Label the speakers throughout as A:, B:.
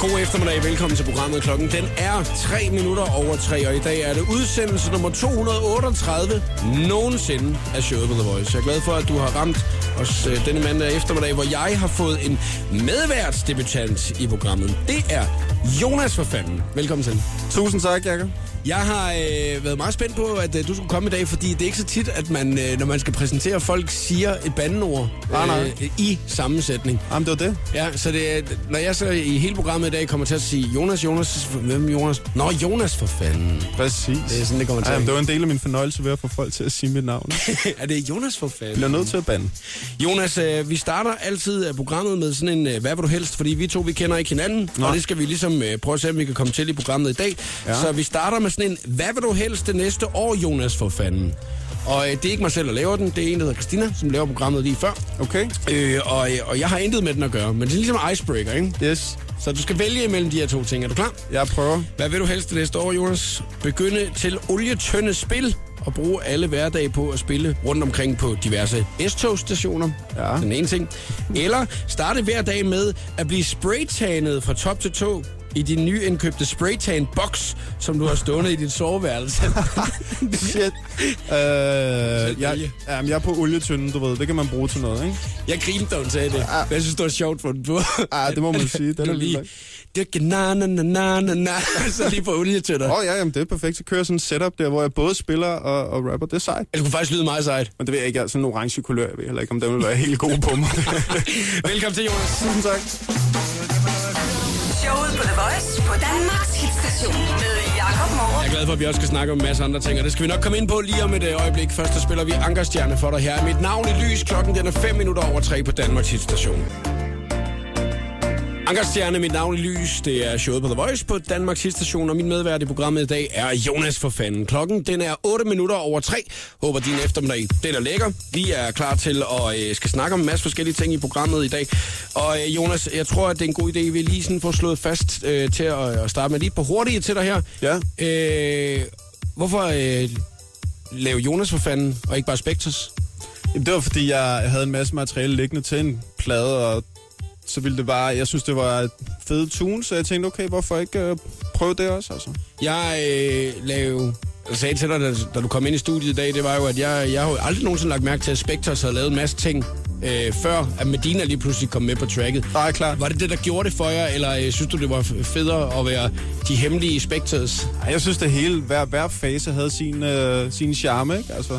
A: god eftermiddag. Velkommen til programmet. Klokken den er 3 minutter over 3, og i dag er det udsendelse nummer 238 nogensinde af showet på The Voice. Jeg er glad for, at du har ramt os øh, denne mandag eftermiddag, hvor jeg har fået en medværtsdebutant i programmet. Det er Jonas for fanden. Velkommen til.
B: Tusind tak, Jakob.
A: Jeg har øh, været meget spændt på, at øh, du skulle komme i dag, fordi det er ikke så tit, at man, øh, når man skal præsentere folk, siger et bandeord øh,
B: Nej, nej.
A: i sammensætning.
B: Jamen, det var det.
A: Ja, så det, er- når jeg så i hele programmet i dag kommer til at sige Jonas, Jonas, hvem er Jonas? Nå, Jonas for fanden.
B: Præcis.
A: Det er sådan, det kommer til.
B: Ej, men det var en del af min fornøjelse ved at få folk til at sige mit navn. Jeg
A: er det Jonas for fanden?
B: bliver nødt til at bande.
A: Jonas, øh, vi starter altid øh, programmet med sådan en, øh, hvad vil du helst, fordi vi to, vi kender ikke hinanden, Nå. og det skal vi ligesom øh, prøve at se, om vi kan komme til i programmet i dag. Ja. Så vi starter med sådan en, hvad vil du helst det næste år, Jonas, for fanden? Og øh, det er ikke mig selv, der laver den, det er en, der hedder Christina, som laver programmet lige før.
B: Okay?
A: Øh, og, øh, og jeg har intet med den at gøre, men det er ligesom icebreaker, ikke?
B: Yes.
A: Så du skal vælge imellem de her to ting. Er du klar?
B: Jeg prøver.
A: Hvad vil du helst det næste år, Jonas? Begynde til olietønde spil og bruge alle hverdage på at spille rundt omkring på diverse S-togstationer.
B: Ja.
A: Den ene ting. Eller starte hver dag med at blive spraytanet fra top til tå i din nyindkøbte spraytan-boks, som du har stående i dit soveværelse.
B: Shit. Øh, jeg,
A: vælge.
B: jamen, jeg er på olietønden, du ved. Det kan man bruge til noget, ikke?
A: Jeg grinte, da hun sagde det. Men Jeg synes, det var sjovt for den på.
B: Ah, det må man sige. Den
A: Du
B: er lige...
A: lige... Det er na na na na na na. Så lige på olietønder.
B: Åh, oh, ja, jamen, det er perfekt. Så kører jeg sådan et setup der, hvor jeg både spiller og, og rapper. Det er sejt.
A: Det kunne faktisk lyde meget sejt.
B: Men det ved jeg ikke, altså en orange kulør, jeg ved heller ikke, om den vil være helt god på mig.
A: Velkommen til, Jonas.
B: Tusind tak.
C: Showet på The Voice på Danmarks hitstation med Jakob Morup.
A: Jeg er glad for, at vi også skal snakke om en masse andre ting, og det skal vi nok komme ind på lige om et øh, øjeblik. Først så spiller vi Ankerstjerne for dig her. Mit navn i lys, klokken den er 5 minutter over 3 på Danmarks Hitstation. Ankerstjerne, mit navn i lys, det er showet på The Voice på Danmarks Hitstation, og min medvært i programmet i dag er Jonas for fanden. Klokken den er 8 minutter over 3. Håber din eftermiddag, den er lækker. Vi er klar til at øh, skal snakke om en masse forskellige ting i programmet i dag. Og øh, Jonas, jeg tror, at det er en god idé, at vi lige sådan får slået fast øh, til at, at starte med lige på hurtige til dig her.
B: Ja.
A: Øh, hvorfor øh, lave Jonas for fanden, og ikke bare Spectres?
B: Jamen, det var fordi, jeg havde en masse materiale liggende til en plade, og så ville det bare, jeg synes, det var fede tune, så jeg tænkte, okay, hvorfor ikke øh, prøve det også, altså?
A: Jeg øh, lave, jeg sagde til dig, da, da du kom ind i studiet i dag, det var jo, at jeg, jeg har jo aldrig nogensinde lagt mærke til, at Spectres havde lavet en masse ting, øh, før at Medina lige pludselig kom med på tracket.
B: Nej, klart.
A: Var det det, der gjorde det for jer, eller øh, synes du, det var f- federe at være de hemmelige Spectres?
B: Ej, Jeg synes, det hele, hver, hver fase havde sin, øh, sin charme, ikke? Altså,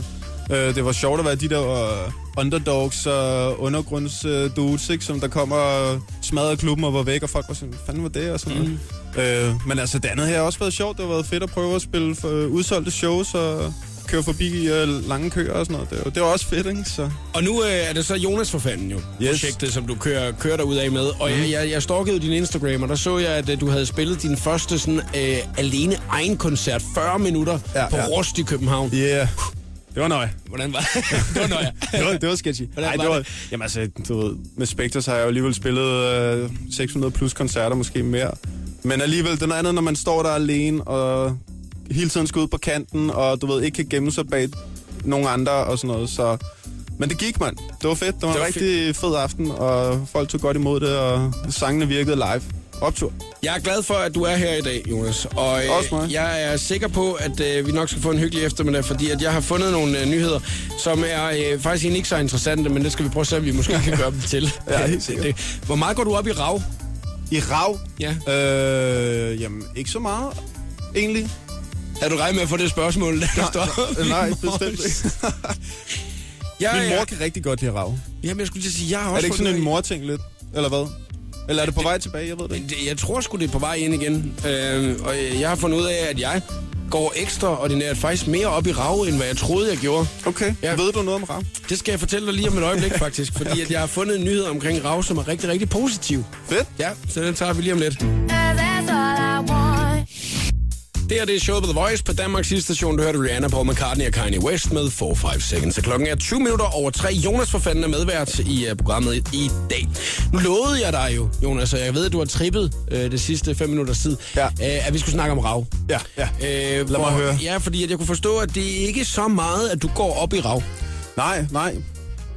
B: øh, det var sjovt at være de der øh, underdogs og undergrunds øh, dudes, ikke? Som der kom og smadrede klubben og var væk, og folk var sådan, "Hvad fanden var det? Og sådan mm. noget. Øh, men altså, det andet her har også været sjovt. Det har været fedt at prøve at spille for, øh, udsolgte shows og køre forbi øh, lange køer og sådan noget. Det, var- det var også fedt, ikke? Så...
A: Og nu øh, er det så Jonas for fanden jo, yes.
B: Yes. Mm.
A: projektet, som du kører, kører dig ud af med. Og jeg, jeg, jeg stalkede jo din Instagram, og der så jeg, at øh, du havde spillet din første sådan, øh, alene egen koncert, 40 minutter, ja,
B: Ja,
A: på ja.
B: ja.
A: Rust i København. Ja.
B: Yeah. Det var nøje.
A: Hvordan var det? det? var nøje.
B: det, var, det var sketchy.
A: Hvordan
B: Ej,
A: var
B: det var,
A: det?
B: jamen altså, du ved, med Spectres har jeg jo alligevel spillet øh, 600 plus koncerter, måske mere. Men alligevel, den andet, når man står der alene og hele tiden skal ud på kanten, og du ved, ikke kan gemme sig bag nogen andre og sådan noget, så... Men det gik, mand. Det var fedt. Det
A: Det var
B: var, det var en rigtig fed aften, og folk tog godt imod det, og sangene virkede live. Optur.
A: Jeg er glad for, at du er her i dag, Jonas. Og øh,
B: Også mig.
A: jeg er sikker på, at øh, vi nok skal få en hyggelig eftermiddag, fordi at jeg har fundet nogle øh, nyheder, som er øh, faktisk egentlig ikke så interessante, men det skal vi prøve at se, om vi måske kan gøre dem til.
B: Ja, helt sikkert.
A: Det- Hvor meget går du op i rav?
B: I rav?
A: Ja.
B: Øh, jamen, ikke så meget, egentlig.
A: Havde du regnet med at få det spørgsmål, der står?
B: Nej, bestemt ikke.
A: Jeg,
B: Min mor
A: jeg-
B: kan rigtig godt lide rav.
A: Jamen, jeg skulle lige sige, jeg har også
B: Er det ikke
A: fundet
B: sådan
A: ud
B: en
A: af-
B: morting lidt? Eller hvad? Eller er det på vej tilbage? Jeg ved det ikke.
A: Det- Jeg tror sgu, det er på vej ind igen. Øh, og jeg har fundet ud af, at jeg går ekstraordinært faktisk mere op i rave, end hvad jeg troede, jeg gjorde.
B: Okay.
A: Ja.
B: Ja. Ved du noget om rav?
A: Det skal jeg fortælle dig lige om et øjeblik, faktisk. Fordi at jeg har fundet en nyhed omkring rave, som er rigtig, rigtig positiv.
B: Fedt.
A: Ja, så den tager vi lige om lidt.
D: That's all I want.
A: Det her det er showet på The Voice på Danmarks sidste station. Du hørte Rihanna, Paul McCartney og Kanye West med 4-5 Seconds. Så klokken er 20 minutter over 3. Jonas for fanden er medvært i uh, programmet i dag. Nu lovede jeg dig jo, Jonas, og jeg ved, at du har trippet uh, det sidste 5 minutters tid,
B: Ja.
A: uh, at vi skulle snakke om rav.
B: Ja, ja.
A: Uh,
B: Lad mig høre.
A: Ja, fordi at jeg kunne forstå, at det er ikke så meget, at du går op i rav.
B: Nej, nej.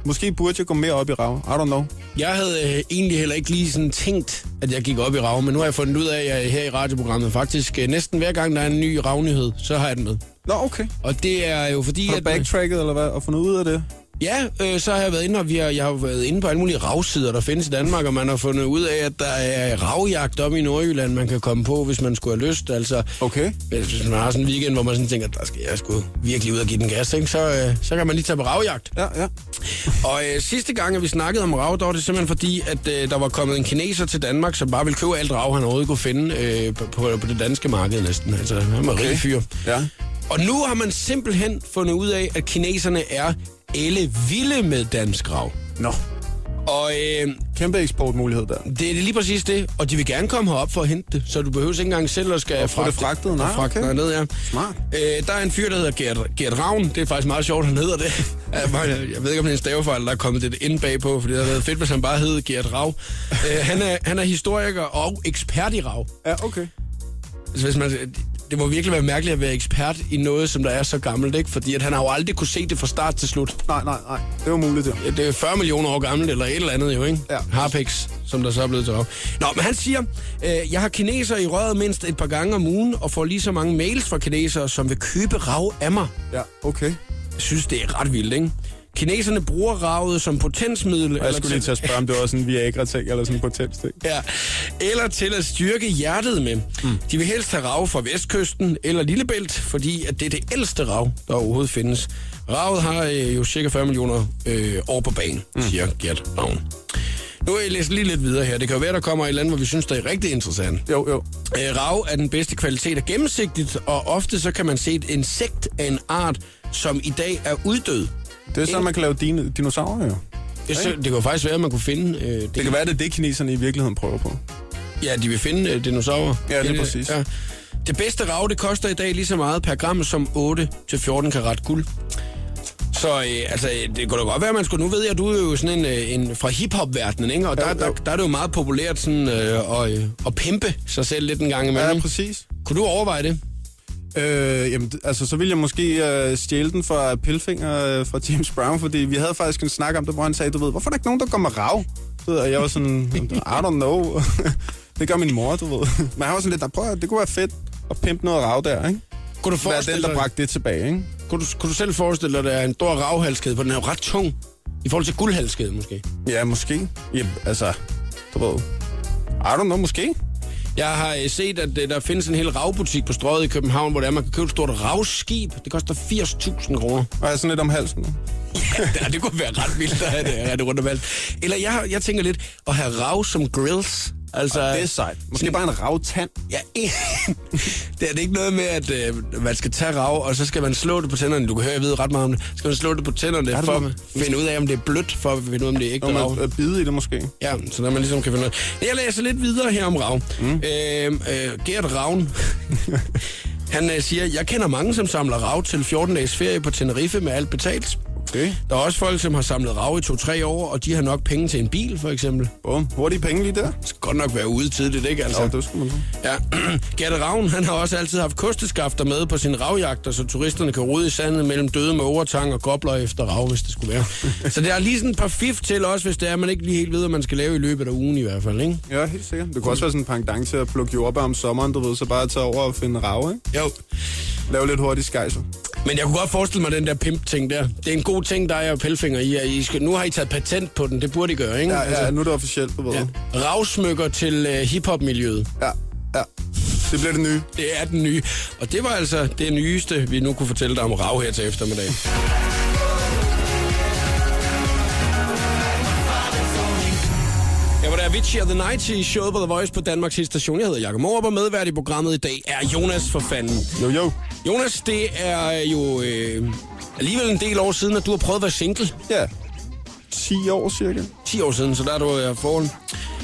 B: Måske burde jeg gå mere op i rav. I don't know.
A: Jeg havde øh, egentlig heller ikke lige sådan tænkt, at jeg gik op i rav, men nu har jeg fundet ud af, at jeg her i radioprogrammet faktisk øh, næsten hver gang, der er en ny ravnyhed, så har jeg den med.
B: Nå, okay.
A: Og det er jo fordi, øh,
B: Har du backtracket eller hvad, og fundet ud af det?
A: Ja, øh, så har jeg været inde, og vi har, jeg har jo været inde på alle mulige ravsider, der findes i Danmark, og man har fundet ud af, at der er ravjagt op i Nordjylland, man kan komme på, hvis man skulle have lyst. Altså,
B: Okay.
A: hvis hvis man har sådan en weekend, hvor man sådan tænker, der skal jeg sgu virkelig ud og give den gas, ikke? Så, øh, så kan man lige tage på ravjagt.
B: Ja, ja.
A: Og øh, sidste gang, at vi snakkede om rav, der var det simpelthen fordi, at øh, der var kommet en kineser til Danmark, som bare ville købe alt rav, han overhovedet kunne finde øh, på, på, på det danske marked næsten. Altså, han var okay. rig fyr.
B: Ja.
A: Og nu har man simpelthen fundet ud af, at kineserne er alle vilde med dansk rav.
B: Nå.
A: Og øh,
B: Kæmpe eksportmulighed der.
A: det er lige præcis det, og de vil gerne komme herop for at hente det, så du behøver ikke engang selv at skal
B: Og få det fragtet, nej,
A: og fragte
B: okay.
A: derned, ja.
B: Smart.
A: Øh, der er en fyr, der hedder Gert, Gert Ravn. Det er faktisk meget sjovt, han hedder det. Jeg var- jeg ved ikke, om det er en stavefejl, der er kommet det ind bagpå, for det havde været fedt, hvis han bare hed Gert Rav. Øh, han, er, han er historiker og ekspert i rav.
B: Ja, okay.
A: Altså, hvis man, det må virkelig være mærkeligt at være ekspert i noget, som der er så gammelt, ikke? Fordi at han har jo aldrig kunne se det fra start til slut.
B: Nej, nej, nej. Det var muligt, det.
A: Det er 40 millioner år gammelt, eller et eller andet jo, ikke?
B: Ja.
A: Harpex, som der så er blevet til op. Nå, men han siger, øh, jeg har kineser i røret mindst et par gange om ugen, og får lige så mange mails fra kinesere, som vil købe rav af mig.
B: Ja, okay.
A: Jeg synes, det er ret vildt, ikke? Kineserne bruger ravet som potensmiddel.
B: Og jeg skulle lige til at spørge, om det var sådan en Viagra-ting eller sådan en potens-ting.
A: Ja. Eller til at styrke hjertet med. Mm. De vil helst have rav fra vestkysten eller Lillebælt, fordi at det er det ældste rav, der overhovedet findes. Ravet har øh, jo cirka 40 millioner øh, år på banen, mm. siger Gert Ravn. Nu har jeg læst lige lidt videre her. Det kan jo være, der kommer et eller andet, hvor vi synes, det er rigtig interessant.
B: Jo, jo.
A: Øh, rav er den bedste kvalitet og gennemsigtigt, og ofte så kan man se et insekt af en art, som i dag er uddød.
B: Det er sådan, man kan lave dine dinosaurer, jo.
A: Det, så, det kan jo faktisk være, at man kunne finde... Øh, det,
B: Det kan være, det er det, kineserne i virkeligheden prøver på.
A: Ja, de vil finde øh, dinosaurer.
B: Ja, lige
A: Finde-
B: præcis.
A: Det bedste rav, det koster i dag lige så meget per gram som 8-14 karat guld. Så øh, altså, øh, det kunne da godt være, man skulle... Nu ved jeg, du er jo sådan en, øh, en fra hiphop-verdenen, ikke? Og der,
B: Jo,
A: der,
B: jo.
A: der er det jo meget populært sådan, øh, at, øh, at pimpe sig selv lidt en gang
B: Ja,
A: imellem.
B: præcis.
A: kunne du overveje det?
B: Øh, jamen, d- altså, så ville jeg måske øh, stjæle den fra Pilfinger øh, fra James Brown, fordi vi havde faktisk en snak om det, hvor han sagde, du ved, hvorfor er der ikke nogen, der går med rav? Du ved, og jeg var sådan, I don't know. det gør min mor, du ved. Men han var sådan lidt, "Nå, prøv at, det kunne være fedt at pimpe noget rav der, ikke?
A: Kunne du,
B: Hvad er den,
A: dig,
B: der bragte det tilbage, ikke?
A: kunne, du, kunne du selv forestille dig, at der er en stor ravhalskæde, for den er jo ret tung i forhold til guldhalskæden måske?
B: Ja, måske. Ja, altså, du ved, I don't know, måske.
A: Jeg har øh, set, at øh, der findes en hel ravbutik på strøget i København, hvor det er, man kan købe et stort ravskib. Det koster 80.000 kroner.
B: Og jeg er sådan lidt om halsen nu.
A: ja, det kunne være ret vildt at have det, have det rundt om alt. Eller jeg, har- jeg tænker lidt at have rav som grills. Altså,
B: Det er sejt. Måske bare en ravtand.
A: Ja, en- det er det ikke noget med, at øh, man skal tage rav, og så skal man slå det på tænderne. Du kan høre, jeg ved ret meget om det. Så Skal man slå det på tænderne
B: det
A: for
B: må-
A: at finde ud af, om det er blødt, for at finde ud af, om det er ægte
B: Når
A: rav.
B: man øh, bide i det, måske.
A: Ja, så der man ligesom kan finde noget. Jeg læser lidt videre her om Rav. Mm. Øh, øh, Gert Ravn, han øh, siger, jeg kender mange, som samler rav til 14-dages ferie på Tenerife med alt betalt.
B: Okay.
A: Der er også folk, som har samlet rav i 2-3 år, og de har nok penge til en bil, for eksempel.
B: Bum. Hurtige penge lige der.
A: Det skal godt nok være ude tidligt, ikke? Altså,
B: Ja, det skulle man så.
A: Ja, Gert Ravn, han har også altid haft kosteskafter med på sin ravjagter, så turisterne kan rode i sandet mellem døde mågertang og gobler efter rav, hvis det skulle være. så der er lige sådan et par fif til også, hvis det er, man ikke lige helt ved, hvad man skal lave i løbet af ugen i hvert fald, ikke?
B: Ja, helt sikkert. Det kunne også være sådan en pangdang til at plukke jordbær om sommeren, du ved, så bare tage over og finde rave, ikke?
A: Jo.
B: Lave lidt hurtigt skejser.
A: Men jeg kunne godt forestille mig den der pimp-ting der. Det er en god ting, der er og pelfinger i. at I skal, nu har I taget patent på den, det burde I gøre, ikke?
B: Ja, ja, nu er det officielt, du ved. Ja.
A: Ravsmykker til øh, hiphop-miljøet.
B: ja, ja. Det bliver det nye.
A: Det er den nye. Og det var altså det nyeste, vi nu kunne fortælle dig om rav her til eftermiddag. Jeg var der Avicii og The Night i showet på The Voice på Danmarks station. Jeg hedder Jakob Morup, og medvært i programmet i dag er Jonas for fanden.
B: Jo, jo.
A: Jonas, det er jo øh, alligevel en del år siden, at du har prøvet at være single.
B: Ja. 10 år cirka.
A: 10 år siden, så der er du i forhold,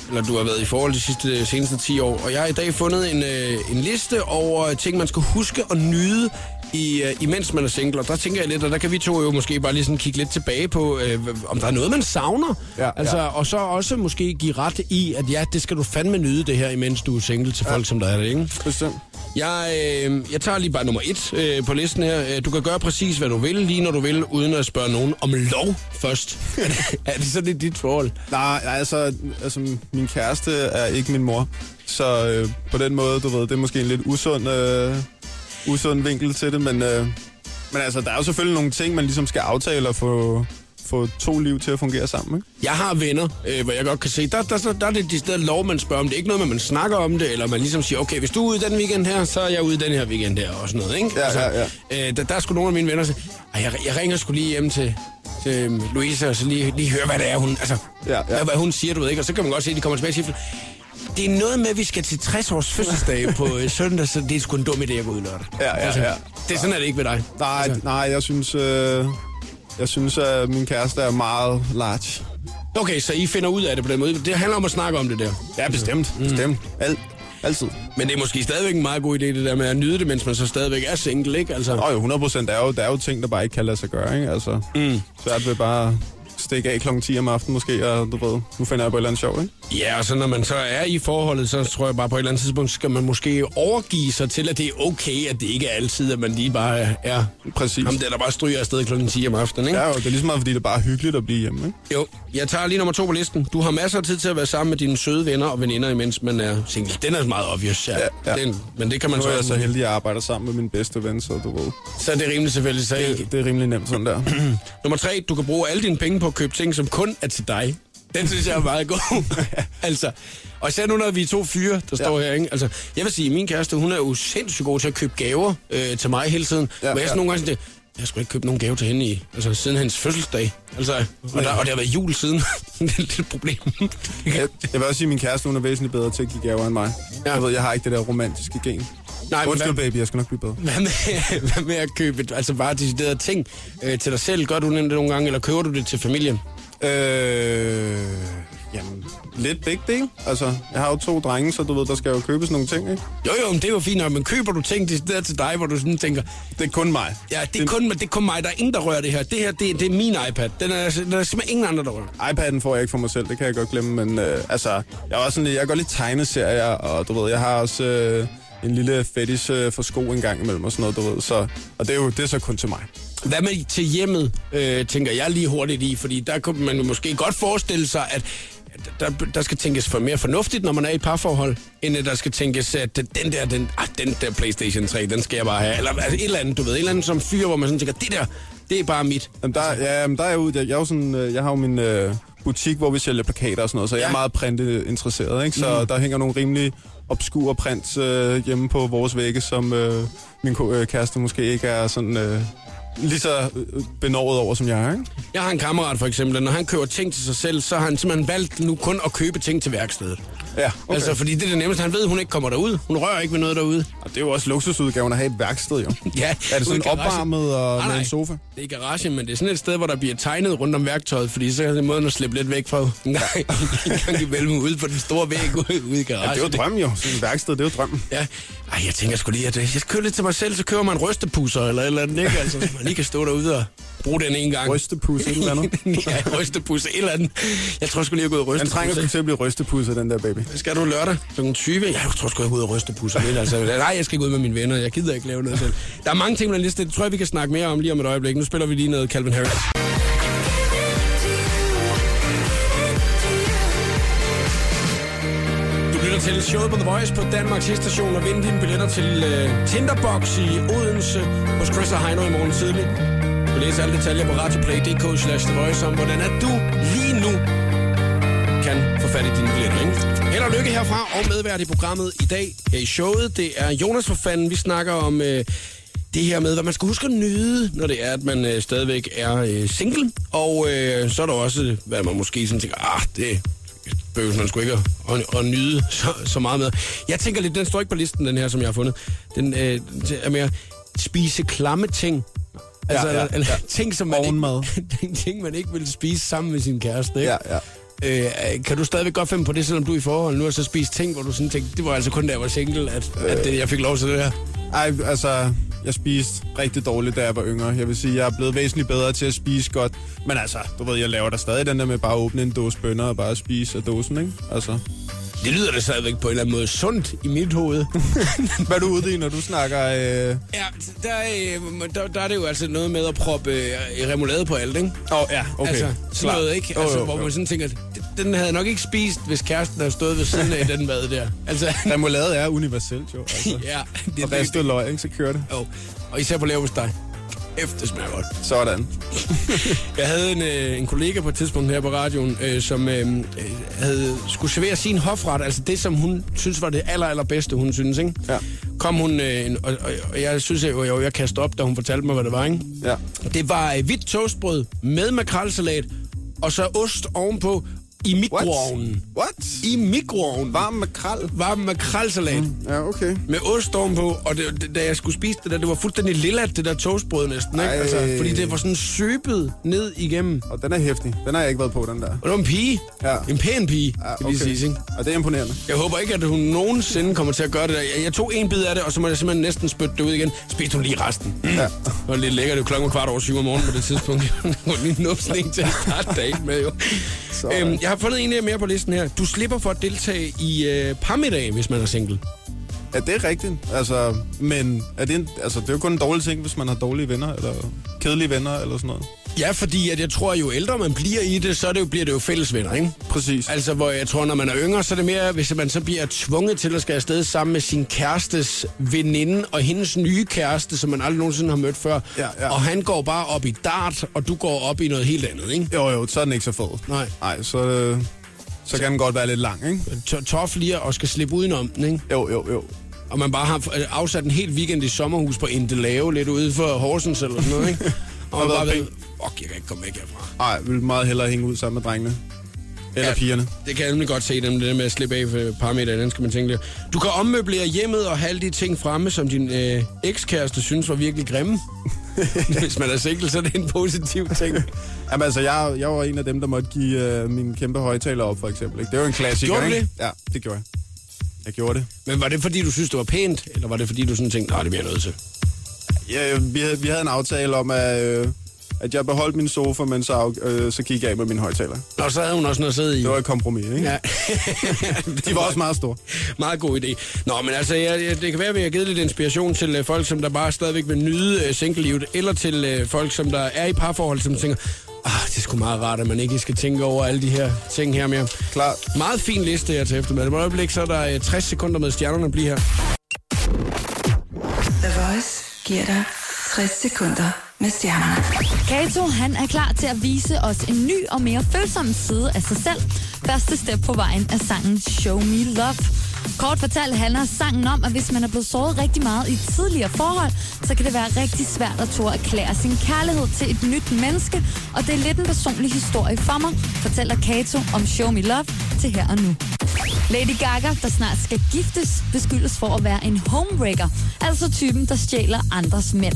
A: eller du har været i forhold de sidste, øh, seneste 10 år. Og jeg har i dag fundet en, øh, en liste over ting, man skal huske og nyde, i, øh, imens man er single. Og der tænker jeg lidt, og der kan vi to jo måske bare lige sådan kigge lidt tilbage på, øh, hv- om der er noget, man savner.
B: Ja,
A: altså,
B: ja.
A: Og så også måske give ret i, at ja, det skal du fandme nyde det her, imens du er single til folk, som der er det, ikke?
B: Bestemt.
A: Jeg, øh, jeg tager lige bare nummer et øh, på listen her. Øh, Du kan gøre præcis, hvad du vil, lige når du vil, uden at spørge nogen om lov først. er det så lidt dit forhold?
B: Nej, nej, altså, altså, min kæreste er ikke min mor. Så øh, på den måde, du ved, det er måske en lidt usund, øh, usund vinkel til det, men, øh, men altså, der er jo selvfølgelig nogle ting, man ligesom skal aftale og få, få to liv til at fungere sammen, ikke?
A: Jeg har venner, øh, hvor jeg godt kan se, der, der, der, der er det de steder lov, man spørger om. Det er ikke noget med, man snakker om det, eller man ligesom siger, okay, hvis du er ude den weekend her, så er jeg ude den her weekend her, og sådan noget, ikke?
B: Ja, ja,
A: Øh, der, der er sgu nogle af mine venner, der siger, "Ej, jeg, jeg ringer sgu lige hjem til, til øhm, Louise, og så lige, lige høre, hvad det er, hun, altså,
B: Ja, ja.
A: Hvad, hvad hun siger, du ved ikke, og så kan man godt se, at de kommer tilbage og siger, det er noget med, at vi skal til 60 års fødselsdag på øh, søndag, så det er sgu en dum idé at gå ud lørdag. Altså,
B: Ja, ja, ja.
A: Det er sådan er det ikke ved dig.
B: Nej,
A: Altså,
B: nej, jeg synes, øh, jeg synes, at min kæreste er meget large.
A: Okay, så I finder ud af det på den måde. Det handler om at snakke om det der.
B: Ja, bestemt. Mm. Bestemt. Alt, altid.
A: Men det er måske stadigvæk en meget god idé, det der med at nyde det, mens man så stadigvæk er single, ikke? Altså,
B: Nå jo, 100 procent. Der, er jo- der er jo ting, der bare ikke kan lade sig gøre, ikke? Altså, mm. Svært ved bare at stikke af kl. 10 om aftenen måske, og du ved, nu finder jeg på et eller andet sjov, ikke?
A: ja, og så når man så er i forholdet, så tror jeg bare på et eller andet tidspunkt, skal man måske overgive sig til, at det er okay, at det ikke er altid, at man lige bare er
B: Præcis.
A: ham der, der bare stryger afsted kl. 10 om aftenen, ikke?
B: Ja, jo, det er ligesom meget, fordi det er bare hyggeligt at blive hjemme, ikke?
A: Jo, jeg tager lige nummer to på listen. Du har masser af tid til at være sammen med dine søde venner og veninder, imens man er single. Den er meget obvious, ja.
B: ja.
A: Den, men det kan man
B: Nu
A: så
B: er jeg så
A: også.
B: heldig, at jeg arbejder sammen med min bedste ven, så du ved.
A: Så er det rimelig selvfølgelig. Så ikke.
B: Det er rimelig nemt sådan der.
A: Nummer tre, du kan bruge alle dine penge på at købe ting, som kun er til dig. Den synes jeg er meget god. altså, og især nu, når vi er to fyre, der står her, ikke? Altså, jeg vil sige, min kæreste, hun er jo sindssygt god til at købe gaver øh, til mig hele tiden. Ja,
B: Ja,
A: men jeg er
B: ja.
A: sådan nogle gange sådan, det, jeg skulle ikke købe nogen gave til hende i, altså siden hendes fødselsdag. Altså, og, der, og det har været jul siden. det er lidt et problem.
B: Jeg, jeg vil også sige, at min kæreste hun er væsentligt bedre til at give gaver end mig.
A: Ja.
B: Ja. Jeg ved, jeg har ikke det der romantiske gen.
A: Nej,
B: Nej,
A: men
B: Undskyld,
A: hvad-
B: baby, jeg skal nok blive bedre.
A: Hvad med, hvad med at købe altså bare deciderede ting øh, til dig selv? Gør du det nogle gange, eller køber du det til familien?
B: Øh, jamen, lidt begge dele. Altså, jeg har jo to drenge, så du ved, der skal jo købes nogle ting, ikke?
A: Jo, jo, men det er jo fint nok, men køber du ting decideret til dig, hvor du sådan tænker,
B: Det er kun mig.
A: ja, det er kun, det er kun mig, der er ingen, der rører det her. Det her, det, det er min iPad. Den er, altså, den er simpelthen ingen andre, der rører.
B: iPad'en får jeg ikke for mig selv, det kan jeg godt glemme, men øh, altså, jeg er også sådan lidt, jeg kan godt lide tegneserier, og du ved, jeg har også øh, en lille fetish øh, for sko en gang imellem og sådan noget, du ved, så, og det er jo det er så kun til mig.
A: Hvad med til hjemmet, øh, tænker jeg lige hurtigt i, fordi der kunne man jo måske godt forestille sig, at der, der skal tænkes for mere fornuftigt, når man er i et parforhold, end at der skal tænkes, at den der, den, ah, den der Playstation 3, den skal jeg bare have. Eller altså, et eller andet, du ved, et eller andet som fyr, hvor man sådan tænker, det der, det er bare mit.
B: Jamen, der, ja, jamen, der er jeg ude, jeg, jeg, er jo sådan, øh, jeg har jo min øh, butik, hvor vi sælger plakater og sådan noget, så jeg
A: Ja.
B: er meget printinteresseret, ikke? Så mm. der hænger nogle rimelig obskure prints øh, hjemme på vores vægge, som øh, min ko- øh, kæreste måske ikke er sådan... Øh, lige så øh, benovet over, som jeg er, ikke?
A: Jeg har en kammerat for eksempel, og når han køber ting til sig selv, så har han simpelthen valgt nu kun at købe ting til værkstedet.
B: Ja,
A: Okay. Altså, fordi det er det nemmeste. Han ved, hun ikke kommer derud. Hun rører ikke ved noget derude.
B: Og det er jo også luksusudgaven at have et værksted, jo.
A: Ja,
B: Er det
A: ude i
B: sådan
A: garagen.
B: opvarmet og
A: Nej,
B: med
A: nej.
B: en sofa?
A: Det er i garagen, men det er sådan et sted, hvor der bliver tegnet rundt om værktøjet, fordi så er det måden at slippe lidt væk fra en gang, en gang imellem ude på den store væg ude, ude i garagen.
B: Altså, Det er jo drømmen jo. Sådan et værksted, det er jo drømmen.
A: Ja. Ej, jeg tænker sgu lige, at øh, jeg kører lidt til mig selv, så kører man rystepusser eller et eller andet, ikke? Altså, så man lige kan stå derude og bruge den en gang.
B: Rystepusse, et eller andet.
A: ja, rystepusser, et eller andet. Jeg tror sgu lige, jeg er gået
B: Den trænger
A: rystepusser.
B: sgu til at blive rystepudset, den der baby.
A: Skal du lørdag kl. 20? Ja, jeg tror sgu, jeg går ud og ryste pusser lidt. Altså, nej, jeg skal ikke ud med mine venner. Jeg gider ikke lave noget selv. Der er mange ting på den liste. Det tror jeg, vi kan snakke mere om lige om et øjeblik. Nu spiller vi lige noget Calvin Harris. Du lytter til showet på The Voice på Danmarks station og vinde dine billetter til uh, Tinderbox i Odense hos Chris og Heino i morgen tidlig. Du læser alle detaljer på radioplay.dk slash The Voice om, hvordan at du lige nu kan få fat i dine billetter, ikke? Held og lykke herfra og medvært i programmet i dag øh, i showet. Det er Jonas for fanden. Vi snakker om øh, det her med, hvad man skal huske at nyde, når det er, at man øh, stadigvæk er øh, single. Og øh, så er der også, hvad man måske sådan tænker, ah, det behøver man sgu ikke at, at, at nyde så, så meget med. Jeg tænker lidt, den står ikke på listen, den her, som jeg har fundet. Den øh, er mere spise klamme ting. Altså,
B: Ja, ja,
A: eller- eller ting, som man
B: Ovenmad.
A: ikke, ting, man ikke vil spise sammen med sin kæreste. Ikke?
B: Ja, ja.
A: Øh, kan du stadigvæk godt finde på det, selvom du er i forhold nu har så spist ting, hvor du sådan tænkte, det var altså kun da jeg var single, at, øh. at det, jeg fik lov til det her?
B: Ej, altså, jeg spiste rigtig dårligt, da jeg var yngre. Jeg vil sige, jeg er blevet væsentligt bedre til at spise godt. Men altså, du ved, jeg laver der stadig den der med bare at åbne en dåse bønner og bare spise af dåsen, ikke? Altså,
A: Det lyder da stadigvæk på en eller anden måde sundt i mit hoved.
B: Hvad er du ude i, når du snakker... Øh...
A: ja, der, øh, der, der er det jo altså noget med at proppe øh, remoulade på alt, ikke?
B: Oh, ja, okay.
A: Altså, sådan noget, ikke? Altså,
B: jo, jo,
A: hvor
B: jo.
A: man sådan tænker, "Den- den havde jeg nok ikke spist, hvis kæresten havde stået ved siden af den mad der. Altså,
B: Remoulade er universelt, jo. Altså.
A: ja, det
B: Og
A: er det.
B: ristet løg, ikke? Så kører det.
A: Jo. Og især på leverpostej. Kæft, det smager godt.
B: Sådan.
A: Jeg havde en, øh, en kollega på et tidspunkt her på radioen, øh, som øh, øh, havde skulle servere sin hofret, altså det, som hun synes var det aller, allerbedste, hun synes, ikke?
B: Ja.
A: Kom hun, øh, en- og, og, og jeg synes jo, jeg, jeg kastede op, da hun fortalte mig, hvad det var, ikke?
B: Ja.
A: Det var øh, hvidt toastbrød med makrelsalat, og så ost ovenpå i
B: What?
A: mikroovnen.
B: What?
A: I mikroovnen var,
B: Varm makrel?
A: var makrelsalat. Mm.
B: Ja, okay.
A: Med ost ovenpå, og det, det, da jeg skulle spise det der, det var fuldstændig lilla, det der toastbrød næsten, ikke?
B: Ej.
A: Altså, fordi det var sådan søbet ned igennem.
B: Og den er hæftig. Den har jeg ikke været på, den der.
A: Og det var en pige.
B: Ja.
A: En pæn pige, ja, okay. lige sige, ikke?
B: Og det er imponerende.
A: Jeg håber ikke, at hun nogensinde kommer til at gøre det der. Jeg, jeg tog en bid af det, og så må jeg simpelthen næsten spytte det ud igen. Spiste hun lige resten. Mm.
B: Ja.
A: Det var lidt lækkert. Det var klokken var kvart over syv om morgenen på det tidspunkt. Hun kunne lige nubse en til at starte dagen med, jo.
B: Sådan.
A: Øhm, jeg har fundet en her mere på listen her. Du slipper for at deltage i øh, parmiddag, hvis man er single.
B: ja, det er rigtigt. Altså, men er det, en, altså, det er jo kun en dårlig ting, hvis man har dårlige venner, eller kedelige venner, eller sådan noget.
A: Ja, fordi at jeg tror, at jo ældre man bliver i det, så er det jo, bliver det jo fællesvenner, ikke?
B: Præcis.
A: Altså, hvor jeg tror, når man er yngre, så er det mere, hvis man så bliver tvunget til at skal afsted sammen med sin kærestes veninde og hendes nye kæreste, som man aldrig nogensinde har mødt før.
B: Ja, ja.
A: Og han går bare op i dart, og du går op i noget helt andet, ikke?
B: Jo, jo, så er den ikke så fed.
A: Nej.
B: Nej, så, øh, så kan den godt være lidt lang, ikke?
A: To- Tof lige og skal slippe udenom den, ikke?
B: Jo, jo, jo.
A: Og man bare har øh, afsat en hel weekend i sommerhus på Indelave, lidt ude for Horsens eller sådan noget, ikke? og man
B: Og
A: bare
B: været
A: ved, fuck, jeg kan ikke komme væk herfra.
B: Nej, vi vil meget hellere hænge ud sammen med drengene. Eller
A: Ja.
B: ja. pigerne.
A: Det kan jeg nemlig godt se, dem, det der med at slippe af for parameter, den skal man tænke lidt. Du kan ommøblere hjemmet og have alle de ting fremme, som din øh, ekskæreste synes var virkelig grimme. Hvis man er single, så er det en positiv ting.
B: Jamen altså, jeg, jeg var en af dem, der måtte give øh, min kæmpe højtaler op, for eksempel. Ikke? Det var en klassiker,
A: Gjorde du
B: ikke? Ja, det gjorde jeg. Jeg gjorde det.
A: Men var det, fordi du synes, det var pænt? Eller var det, fordi du sådan tænkte, nej, det bliver jeg nødt til?
B: Ja, øh, vi, havde, vi havde en aftale om, at, øh, at jeg beholdt min sofa, men så, af- øh, så gik jeg af med min højtaler.
A: Nå, så havde hun også noget at sidde i.
B: Det var et kompromis, ikke?
A: Ja.
B: De var også meget store.
A: Meget god idé. Nå, men altså, jeg, jeg, det kan være, at vi har givet lidt inspiration til øh, folk, som der bare stadigvæk vil nyde øh, single-livet, eller til øh, folk, som der er i parforhold, som tænker, ah, det er sgu meget rart, at man ikke skal tænke over alle de her ting her mere.
B: Klar.
A: Meget fin liste her til eftermiddag. Om et øjeblik, så er der øh, 60 sekunder med stjernerne bliver her.
C: The Voice giver dig 60 sekunder med stjernerne.
E: Kato, han er klar til at vise os en ny og mere følsom side af sig selv. Første step på vejen er sangen Show Me Love. Kort fortalt handler sangen om, at hvis man er blevet såret rigtig meget i et tidligere forhold, så kan det være rigtig svært at turde erklære sin kærlighed til et nyt menneske, og det er lidt en personlig historie for mig, fortæller Kato om Show Me Love til her og nu. Lady Gaga, der snart skal giftes, beskyldes for at være en homewrecker, altså typen, der stjæler andres mænd.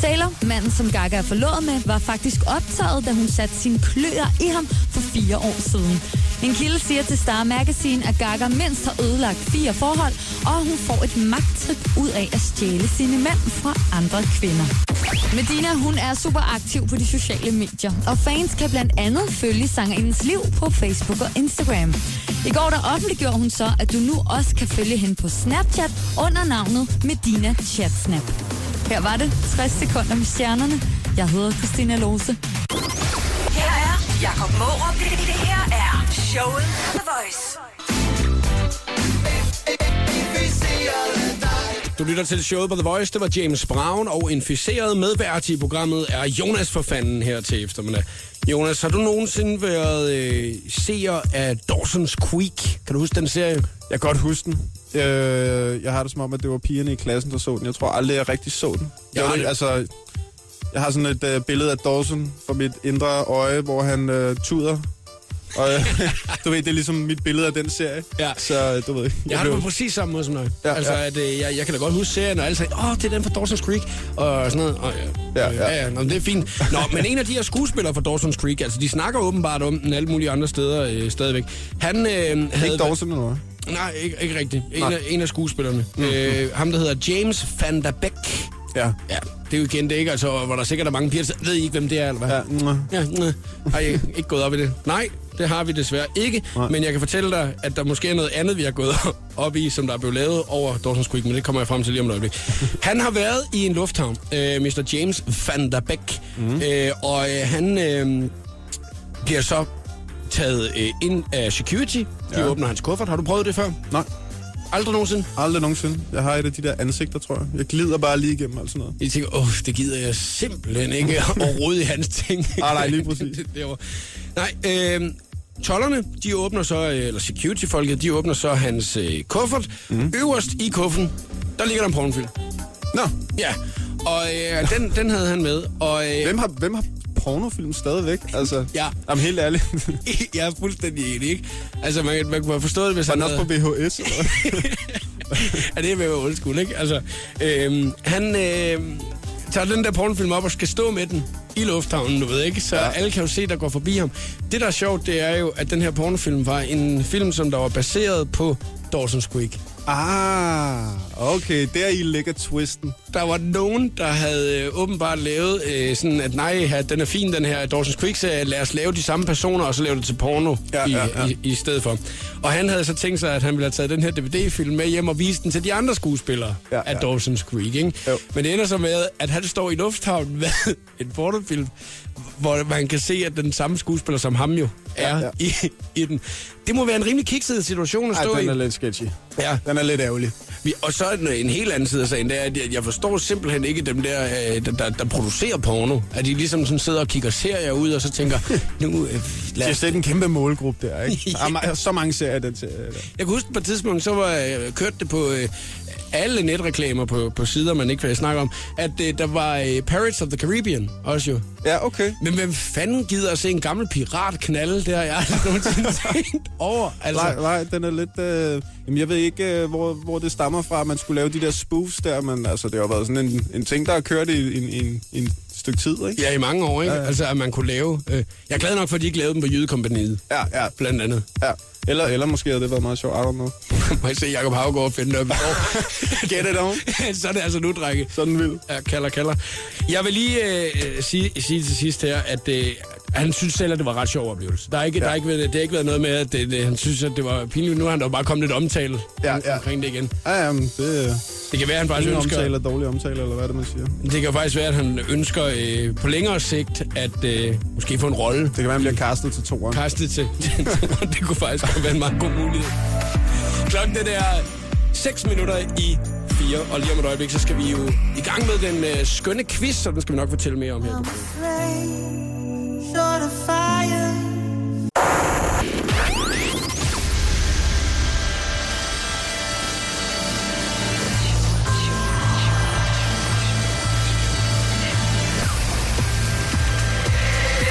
E: Taylor, manden som Gaga er forlovet med, var faktisk optaget, da hun satte sine kløer i ham for fire år siden. En kilde siger til Star Magazine, at Gaga mindst har ødelagt fire forhold, og hun får et magttrip ud af at stjæle sine mænd fra andre kvinder. Medina, hun er super aktiv på de sociale medier, og fans kan blandt andet følge sangerindens liv på Facebook og Instagram. I går der offentliggjorde hun så, at du nu også kan følge hende på Snapchat under navnet Medina Chatsnap. Her var det 60 sekunder med stjernerne. Jeg hedder Christina Lose.
C: Her er Jakob Morup. Det, det, det her er showet på The Voice.
A: Du lytter til showet på The Voice. Det var James Brown, og inficeret medvært i programmet er Jonas for fanden her til eftermiddag. Jonas, har du nogensinde været øh, seer af Dawson's Creek? Kan du huske den serie?
B: Jeg kan godt huske den. Øh, jeg har det som om, at det var pigerne i klassen, der så den. Jeg tror aldrig, jeg rigtig så den.
A: Jeg
B: Jeg,
A: har
B: jeg,
A: det-
B: altså, jeg har sådan et øh, billede af Dawson fra mit indre øje, hvor han øh, tuder. Og øh, du ved, det er ligesom mit billede af den serie.
A: Ja.
B: Så øh, du ved, jeg,
A: Jeg har det på præcis samme måde som dig. Ja,
B: Ja,
A: altså,
B: ja.
A: at, øh, jeg, jeg kan da godt huske serien, og alle sagde, åh, det er den fra Dawson's Creek, og sådan noget. Og, ja,
B: Ja,
A: ja, ja.
B: ja.
A: ja, ja. Nå, men det er fint. Nå, men en af de her skuespillere fra Dawson's Creek, altså, de snakker åbenbart om den alle mulige andre steder øh, stadigvæk. Han øh, havde...
B: ikke Dawson eller noget.
A: Nej, ikke, ikke rigtigt. En,
B: Nej. Mhm.
A: af, en af skuespillerne. Mm. Øh, ham, der hedder James van der Beek.
B: Ja.
A: Ja, det er jo igen det, ikke? Altså, hvor der sikkert er mange piger, der siger, ved I ikke, hvem det er, eller hvad?
B: Ja, mm,
A: Ja, nej. Har I ikke gået op i det? Nej, Det har vi desværre ikke, Nej. men jeg kan fortælle dig, at der måske er noget andet, vi har gået op i, som der er blevet lavet over Dawson's Creek, men det kommer jeg frem til lige om et øjeblik. Han har været i en lufthavn, øh, Mr. James van der Beek, mm. øh, og øh, han øh, bliver så taget øh, ind af security. De ja.
B: Ja.
A: åbner hans kuffert. Har du prøvet det før?
B: Nej,
A: Aldrig nogensinde?
B: aldrig nogensinde. Jeg har et af de der ansigter, tror jeg. Jeg glider bare lige igennem alt sådan noget.
A: Jeg tænker, åh, det gider jeg simpelthen ikke at rode i hans ting.
B: Ah, nej, lige præcis.
A: Det- det var- nej, øh, tollerne, de åbner så, øh, eller security-folket, de åbner så hans øh, kuffert.
B: Mhm.
A: Mm. Øverst i kuffen, der ligger der en pornofilm.
B: Nå,
A: Ja, og øh, den, den havde han med, og... Øh,
B: hvem har, hvem har pornofilm stadigvæk? Altså,
A: Ja.
B: Jamen helt ærligt.
A: jeg er fuldstændig enig, ikke? Altså, man, man kunne have forstået det, hvis
B: Var
A: han
B: den også
A: havde...
B: på VHS? eller hvad?
A: Ja, det er med old school, ikke? Altså, øhm, han øhm, tager den der pornofilm op og skal stå med den i lufthavnen, du ved ikke? Så ja. alle kan jo se, der går forbi ham. Det, der er sjovt, det er jo, at den her pornofilm var en film, som der var baseret på Dawson's Creek.
B: ah, okay. Der i ligger twisten.
A: Der var nogen, der havde øh, åbenbart lavet øh, sådan, at nej, her, den er fin, den her Dawson's Creek-serie, lad os lave de samme personer, og så lave det til porno ja, i, ja, ja. I, i stedet for. Og han havde så tænkt sig, at han ville have taget den her DVD-film med hjem og vise den til de andre skuespillere ja,
B: Ja,
A: ja.
B: ja.
A: af Dawson's Creek, ikke?
B: Jo.
A: Men det ender så med, at han står i lufthavnen med en pornofilm, hvor man kan se, at den samme skuespiller som ham jo er ja,
B: Ja,
A: ja. I, i den. Det må være en rimelig kikset situation at
B: Ej,
A: stå i.
B: den er lidt sketchy.
A: Ja.
B: Den er lidt ærgerlig.
A: Vi, og så en, en helt anden side af sagen, det er, at jeg- jeg forstår simpelthen ikke dem der, øh, der, der, der producerer porno. At de ligesom sådan sidder og kigger serier ud, og så tænker, nu øh, lad
B: Det er
A: os...
B: slet en kæmpe målgruppe der, ikke? Der er ma- så mange serier, den til.
A: Jeg kan huske på et tidspunkt, så var, øh, kørte det på øh, alle netreklamer på, på sider, man ikke vil snakke om, at øh, der var øh, Pirates of the Caribbean også jo.
B: Ja, okay.
A: Men hvem fanden gider at se en gammel pirat knalde? Det har jeg aldrig nogensinde tænkt over. Altså,
B: Nej, nej, den er lidt... Øh, jamen, jeg ved ikke, øh, hvor, hvor det stammer fra, at man skulle lave de der spoofs der, men altså, det har jo været sådan en, en ting, der har kørt i en, en, en stykke tid, ikke?
A: Ja, i mange år, ikke?
B: Ja, ja.
A: Altså, at man kunne lave... Øh, jeg er glad nok for, at de ikke lavede dem på Jydekompaniet,
B: Ja, ja.
A: blandt andet.
B: ja. Eller, eller måske havde det været meget sjovt, I don't know.
A: Må jeg se Jacob Havgaard finde det op i går?
B: Get it on.
A: Så er det altså nu, drenge.
B: Sådan vild.
A: Ja, kalder, kalder. Jeg vil lige øh, øh, sige, sige til sidst her, at øh, han synes selv, at det var en ret sjov oplevelse. Der er ikke, ja. der er ikke, været- det har ikke været noget med, at det, det, han synes, at det var pinligt. Nu har han dog bare kommet lidt omtale
B: Ja,
A: om-
B: ja.
A: omkring det igen.
B: Ja, jamen, det er
A: Det kan være, han faktisk
B: ingen
A: ønsker...
B: omtale er dårlig omtale, eller hvad er det, man siger?
A: Det kan faktisk være, at han ønsker øh, på længere sigt at øh, måske få en rolle
B: Det kan være, man bliver castet til toeren.
A: kastet til. det kunne faktisk godt være en meget god mulighed. Klokken den er 6 minutter i 4, og lige om et øjeblik, så skal vi jo i gang med den øh, skønne quiz, så den skal vi nok fortælle mere om her.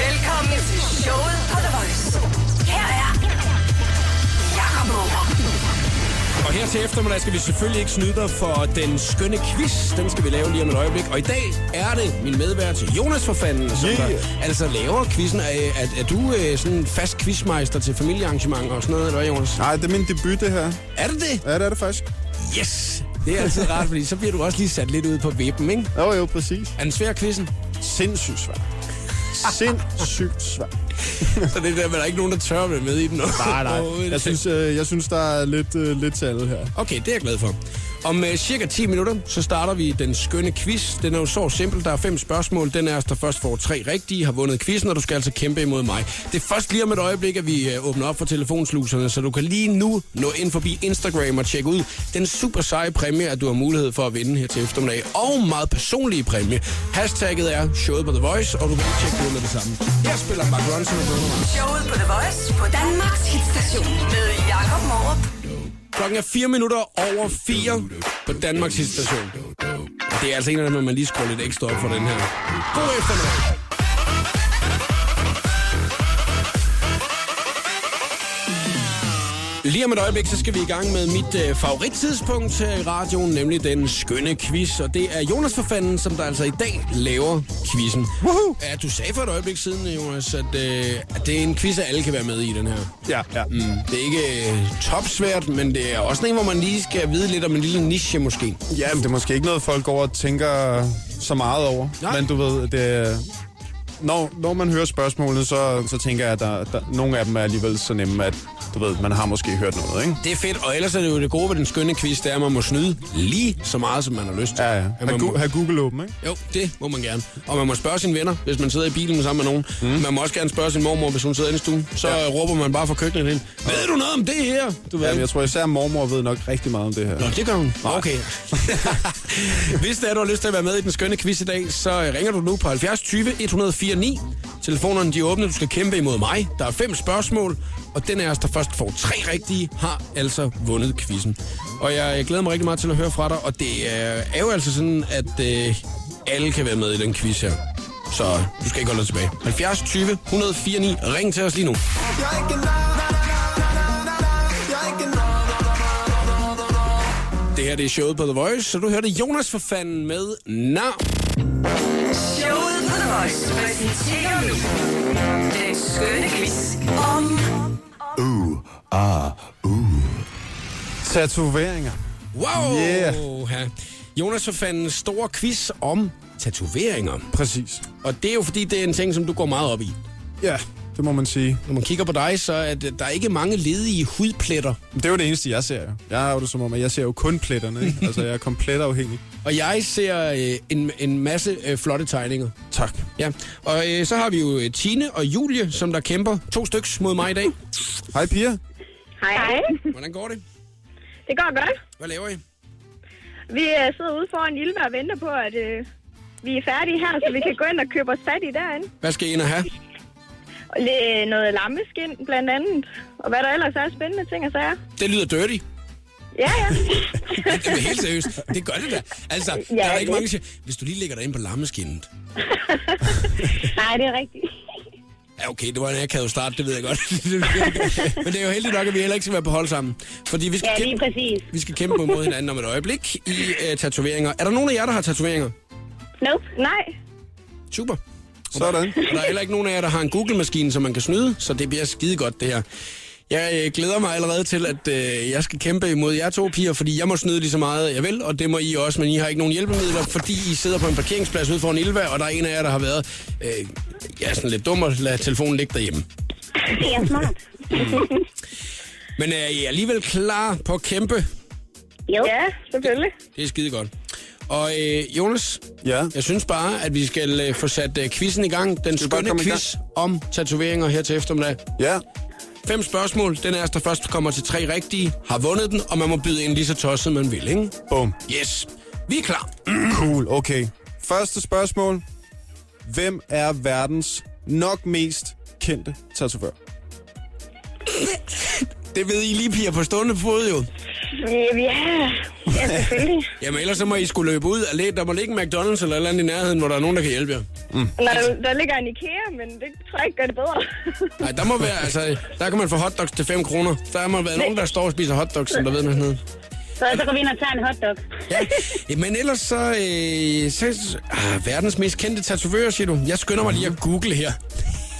C: Velkommen til showet på The Voice. Her er Jakob Morup.
A: Og her til eftermiddag skal vi selvfølgelig ikke snyde dig for den skønne quiz. Den skal vi lave lige om et øjeblik. Og i dag er det min medvært Jonas for fanden, som yeah.
B: Yeah.
A: der, altså laver quizzen. Er, er, er du øh, sådan en fast quizmeister til familiearrangementer og sådan noget, eller hvad, Jonas?
B: Nej, det er min debut, det her.
A: Er det det?
B: Ja, det er det faktisk.
A: Yes! Det er altid rart, fordi så bliver du også lige sat lidt ud på vippen, ikke?
B: Jo, jo, præcis.
A: Er den svær quizzen?
B: Sindssygt svært. Sindssygt svært.
A: Så det er der, men der er ikke nogen, der tør at være med i den.
B: Nej, nej. Jeg synes, øh, jeg synes der er lidt, øh, lidt til alle her.
A: Okay, det er jeg glad for. Om øh, cirka 10 minutter, så starter vi den skønne quiz. Den er jo så simpel. Der er fem spørgsmål. Den er, der først får tre rigtige, har vundet quizzen, og du skal altså kæmpe imod mig. Det er først lige om et øjeblik, at vi øh, åbner op for telefonsluserne, så du kan lige nu nå ind forbi Instagram og tjekke ud den super seje præmie, at du har mulighed for at vinde her til eftermiddag. Og meget personlige præmie. Hashtagget er showet på The Voice, og du kan lige tjekke det ud med det samme. Her spiller Mark Ronson og Bruno Mars.
C: Showet på The Voice på Danmarks hitstation med Jakob Morup.
A: Klokken er 4 minutter over 4 på Danmarks station. Det er altså en af dem, hvor man lige skruer lidt ekstra op for den her. God eftermiddag. Lige om et øjeblik, så skal vi i gang med mit øh, favorittidspunkt her i radioen, nemlig den skønne quiz. Og det er Jonas for fanden, som der altså i dag laver quizzen.
B: Woohoo!
A: Ja, du sagde for et øjeblik siden, Jonas, at, øh, at det er en quiz, at alle kan være med i den her.
B: Ja, ja.
A: Mm. Det er ikke øh, topsvært, men det er også en, hvor man lige skal vide lidt om en lille niche måske.
B: Ja, men det er måske ikke noget, folk går og tænker så meget over.
A: Nej.
B: Men du ved, det, når, når man hører spørgsmålene, så, så tænker jeg, at der, der, nogle af dem er alligevel så nemme, at du ved, man har måske hørt noget, ikke?
A: Det er fedt, og ellers er det jo det gode ved den skønne quiz, det er, at man må snyde lige så meget, som man har lyst til.
B: Ja, ja.
A: At
B: Ha,
A: man
B: gu,
A: må,
B: have Google åben, ikke?
A: jo, det må man gerne. Og man må spørge sine venner, hvis man sidder i bilen sammen med nogen. Mm. Man må også gerne spørge sin mormor, hvis hun sidder inde i stuen. Så ja. råber man bare fra køkkenet ind. Ved du noget om det her? Du ved.
B: Jamen, jeg tror især mormor ved nok rigtig meget om det her.
A: Nå, det gør hun. Okay. Hvis det er, du har lyst til at være med i den skønne quiz i dag, så øh, ringer du nu på 70 20 104 9. Telefonerne de er åbne, du skal kæmpe imod mig. Der er fem spørgsmål, og den af os, der først får tre rigtige, har altså vundet quizzen. Og jeg, jeg glæder mig rigtig meget til at høre fra dig, og det øh, er jo altså sådan, at øh, alle kan være med i den quiz her. Så du skal ikke holde dig tilbage. 70 20 104 9. Ring til os lige nu. Det her det er showet på The Voice, så du hørte Jonas for fanden med Nav.
C: Showet på The Voice præsenterer nu den skønne quiz om...
B: Tatoveringer.
A: Wow!
B: Yeah.
A: Ja. Jonas for fanden store quiz om tatoveringer.
B: Præcis.
A: Og det er jo fordi, det er en ting, som du går meget op i.
B: Ja, det må man sige.
A: Når man kigger på dig, så er det, der er ikke mange ledige hudpletter.
B: Men Det er jo det eneste, jeg ser jo. Jeg har jo det som om, at jeg ser jo kun pletterne, ikke? Altså, jeg er komplet afhængig.
A: Og jeg ser øh, en, en masse øh, flotte tegninger.
B: Tak.
A: Ja, og øh, så har vi jo øh, Tine og Julie, som der kæmper to styks mod mig i dag.
B: Hej, piger.
F: Hej.
A: Hvordan går det?
F: Det går godt.
A: Hvad laver I?
F: Vi øh, sidder ude foran Ilva og venter på, at øh, vi er færdige her, så vi kan gå ind og købe os fat i derinde.
A: Hvad skal I ind og have?
F: Og læ- noget lammeskind blandt andet, og hvad der ellers er spændende ting og sager.
A: Det lyder dirty.
F: Ja, ja.
A: Jamen, helt seriøst, det gør det da. Altså, ja, der er der ikke mange, der siger, hvis du lige lægger dig ind på lammeskinnet.
F: Nej, det er rigtigt.
A: Ja, okay, det var en akavet start, det ved jeg godt. Men det er jo heldigt nok, at vi heller ikke skal være på hold sammen. Fordi vi skal, kæmpe,
F: præcis.
A: vi skal kæmpe mod hinanden om et øjeblik i øh, tatoveringer. Er der nogen af jer, der har tatoveringer?
F: Nope. Nej.
A: Super.
B: Sådan.
A: Og der er heller ikke nogen af jer, der har en Google-maskine, som man kan snyde, så det bliver skide godt, det her. Jeg øh, glæder mig allerede til, at øh, jeg skal kæmpe imod jer to piger, fordi jeg må snyde lige så meget, jeg vil, og det må I også, men I har ikke nogen hjælpemidler, fordi I sidder på en parkeringsplads ude foran Ilva, og der er en af jer, der har været, øh, jeg er sådan lidt dum og lader telefonen ligge derhjemme.
F: Det er smart.
A: Men er I alligevel klar på at kæmpe?
F: Jo. Ja, selvfølgelig.
A: Det er skide godt. Og øh, Jonas,
B: Ja.
A: jeg synes bare, at vi skal øh, få sat øh, quizzen i gang. Den
B: vi bare
A: skønne
B: komme i
A: quiz om tatoveringer her til eftermiddag.
B: Ja.
A: Fem spørgsmål. Den er os, der først kommer til tre rigtige, har vundet den, og man må byde ind lige så tosset, man vil, ikke?
B: Bum.
A: Yes. Vi er klar.
B: Cool, okay. Første spørgsmål. Hvem er verdens nok mest kendte tatovør?
A: Det ved I lige, piger, på stående fod jo.
F: Ja, ja selvfølgelig.
A: Jamen, ellers så må I skulle løbe ud og læ- Der må ligge en McDonald's eller et eller andet i nærheden, hvor der er nogen, der kan hjælpe jer.
F: Nå, der, der ligger en Ikea, men det tror jeg ikke gør det bedre.
A: Nej, der må være, altså, der kan man få hotdogs til 5 kroner. Der må være nogen, der står og spiser hotdogs, som der ved, man sådan noget.
F: så, så går vi ind og tager en hotdog.
A: Ja, men ellers så, øh, så ah, verdens mest kendte tatovører, siger du. Jeg skynder mig lige at google her.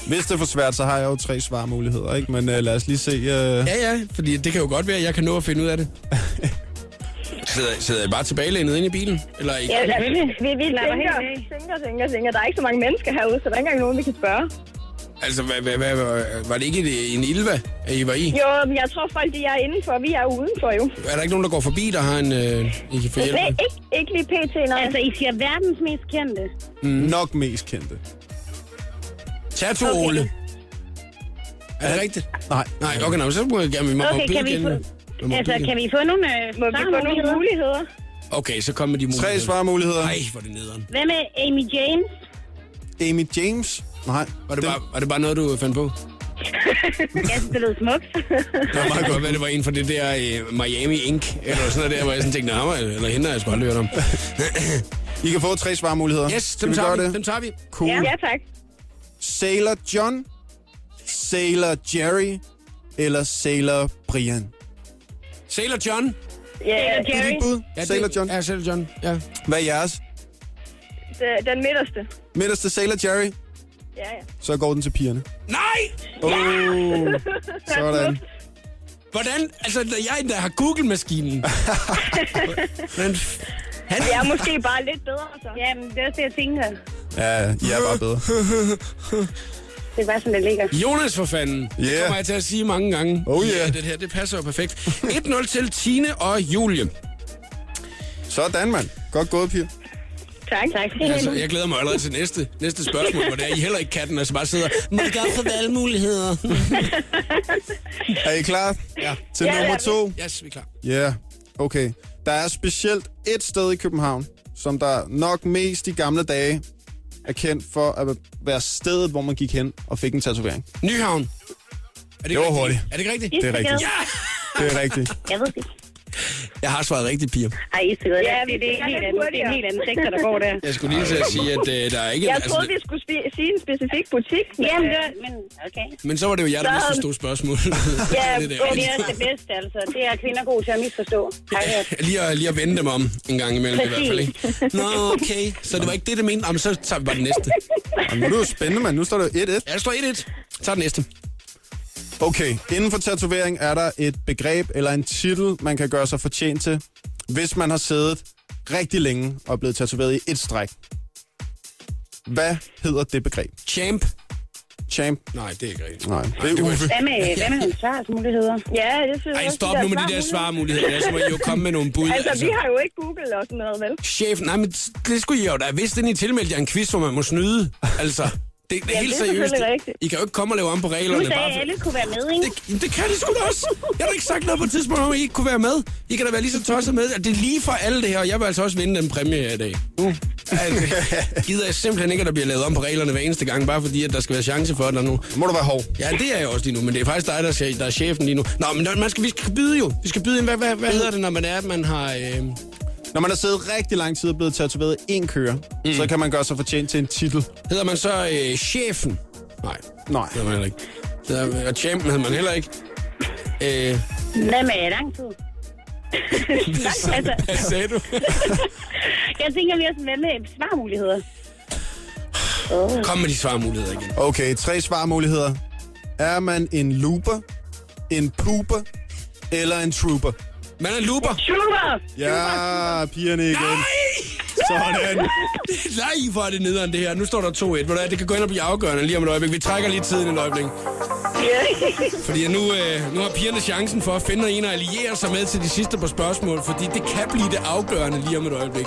B: Hvis det er for svært, så har jeg jo tre svarmuligheder, ikke? Men uh, lad os lige se... Uh...
A: Ja, ja, fordi det kan jo godt være, at jeg kan nå at finde ud af det. sidder, sidder I bare tilbagelænet inde i bilen? Eller i?
F: Ja,
A: Ja.
F: vi, vi, vi tænker, tænker, tænker, tænker. Der er ikke så mange mennesker herude, så der er ikke engang nogen, vi kan spørge.
A: Altså, hvad, hvad, hvad, hvad, var det ikke et- en ilva, at I var i?
F: Jo, men jeg tror folk, de er indenfor. Vi er udenfor jo.
A: Er der ikke nogen, der går forbi, der har en, øh, I kan få hjælp?
F: Nej,
A: med?
F: ikke, ikke lige pt, nej.
G: Altså, I siger verdens mest kendte.
A: Mm.
B: Nok mest kendte.
A: Tato-Ole. Er det rigtigt?
B: Nej.
A: Nej, okay, nej, så må jeg gerne, vi må
G: Okay, kan vi
A: igen.
G: få...
A: Vi må
G: Altså,
A: byde
G: kan
A: igen.
G: vi få nogle øh,
F: Må vi få nogle
G: svarmuligheder?
F: muligheder?
A: Okay, så kommer de
B: Tre svarmuligheder.
A: Nej, hvor er det nederen.
G: Hvad med Amy James?
B: Amy James? Nej.
A: Var det,
B: Den-
A: bare, var det bare noget, du fandt på?
G: Jeg synes, det lød smukt.
A: Det var meget godt, hvad det var en fra det der øh, Miami Ink, eller sådan noget der, hvor jeg sådan tænkte, nej, eller hende har jeg sgu aldrig hørt om.
B: I kan få tre svarmuligheder.
A: Yes,
B: Skal
A: dem
B: vi
A: tager
B: gøre
A: vi,
B: det?
A: dem tager vi.
B: Cool.
F: Ja, tak.
B: Sailor John, Sailor Jerry eller Sailor Brian?
A: Sailor John.
F: Ja,
B: Det er dit bud.
A: Ja, det-
B: Sailor John.
A: Ja, Sailor John. Ja.
B: Hvad er jeres?
F: d- Øh, den midterste.
B: Midterste Sailor Jerry.
F: Ja, ja.
B: Så går den til pigerne.
A: Nej!
B: Oh, sådan.
A: Hvordan? Altså, når jeg endda har Google-maskinen. Hvordan f- han,
F: Jeg er måske bare lidt bedre, så.
G: Jamen, det er også det, jeg tænker.
B: Ja, I er bare bedre.
G: Det var sådan, det ligger.
A: Jonas for fanden. Yeah. Det
B: Yeah.
A: kommer jeg til at sige mange gange.
B: Oh
A: Ja,
B: yeah.
A: det her, det passer jo perfekt. 1-0 til Tine og Julie.
B: Sådan, mand. Godt gået, piger.
G: Tak. Tak.
A: Altså, jeg glæder mig allerede til næste, næste spørgsmål, hvor det er, I heller ikke kan den, altså bare sidder, må vi godt få valgmuligheder?
B: Er I klar?
A: Ja.
B: Til
G: Ja, det
B: nummer
G: er vi.
B: to.
A: Yes, vi er klar.
B: Ja, yeah. okay. Der er specielt et sted i København, som der nok mest i gamle dage er kendt for at være stedet, hvor man gik hen og fik en tatovering.
A: Nyhavn. Er det, ikke
B: var
A: rigtigt?
B: hurtigt.
A: Er det ikke rigtigt?
B: Det er rigtigt.
A: Ja!
B: Det er rigtigt.
G: Jeg ved det ikke.
A: Jeg har svaret rigtigt, piger.
G: Ej, I sidder
F: Ja,
G: ja, det, det, er en
F: det er lidt
G: helt anden, det er en
F: hurtigere.
G: helt anden sektor, der går der.
A: Jeg skulle lige til at sige, at øh, der er ikke...
F: Jeg troede, vi skulle spi- sige en specifik butik. men-
G: Jamen, det, men okay.
A: men så var det jo jer, der
F: Så-
A: misforstod spørgsmålet.
G: Ja,
A: det
G: det er også det bedste, altså. Det er kvinder gode til at misforstå. Har jeg hørt.
A: Lige at, lige at vende dem om en gang imellem i hvert fald, ikke? Nå, okay. Så det var ikke det, det mente. Jamen, så tager vi bare den næste.
B: Og nu er det jo spændende, mand. Nu står det jo 1-1.
A: Ja, der står 1-1. Tag den næste.
B: Okay, inden for tatovering er der et begreb eller en titel, man kan gøre sig fortjent til, hvis man har siddet rigtig længe og er blevet tatoveret i et stræk. Hvad hedder det begreb?
A: Champ.
B: Champ?
A: Nej, det er ikke rigtigt.
B: Nej,
A: Ej,
B: det
A: det
B: er
A: var-
B: Uffe.
G: Hvad med, hvad med nogle svarsmuligheder?
F: Ja, det synes jeg
A: Ej,
F: også,
A: stop nu med de der svarmuligheder. Ja, så må I jo komme med nogle bud.
F: Altså, vi har jo ikke Google og sådan noget, vel?
A: Chef, nej, men det skulle I jo da. Hvis den I tilmeldte jer en quiz, hvor man må snyde. Altså, det, det er
F: Ja,
A: helt
F: det er
A: seriøst.
F: selvfølgelig rigtigt.
A: I kan jo ikke komme og lave om på
G: Du
A: reglerne.
G: sagde,
A: bare
G: at
A: for-
G: alle kunne være med, ikke?
A: Det, det kan det sgu da også. Jeg har da ikke sagt noget på et tidspunkt om, at I ikke kunne være med. I kan da være lige så tosset med. Det er lige for alle det her, og jeg vil altså også vinde den præmie her i dag. Mm.
B: Uh.
A: Altså, gider jeg simpelthen ikke, at der bliver lavet om på reglerne hver eneste gang, bare fordi, at der skal være chance for det nu.
B: Må du være hård?
A: Ja, det er jeg også lige nu, men det er faktisk dig, der, skal, der er chefen lige nu. Nå, men man skal, vi skal byde jo. Vi skal byde ind. Hvad, hvad, hvad hedder det, når man er, at man har... Øh...
B: Når man har siddet rigtig lang tid og blevet tatoveret i én kører, mm. så kan man gøre sig fortjent til en titel.
A: Hedder man så øh, chefen? Nej, det
B: Nej.
A: hedder man heller ikke. Det hedder- Og champion hedder man heller ikke. Øh,
G: Hvad med lang tid? altså,
A: hvad sagde du?
G: jeg tænker, vi også hvad med svarmuligheder.
A: Kom med de svarmuligheder igen.
B: Okay, tre svarmuligheder. Er man en looper, en pooper eller en trooper?
A: Man er looper.
G: Super!
B: Ja, pigerne igen. Sådan.
A: Nej, hvor er det nederen det her. Nu står der 2-1. Ved du hvad, det kan gå ind og blive afgørende lige om et øjeblik. Vi trækker lige tiden et øjeblik. Fordi nu, øh, nu har pigerne chancen for at finde en og alliere sig med til de sidste par spørgsmål, fordi det kan blive det afgørende lige om et øjeblik.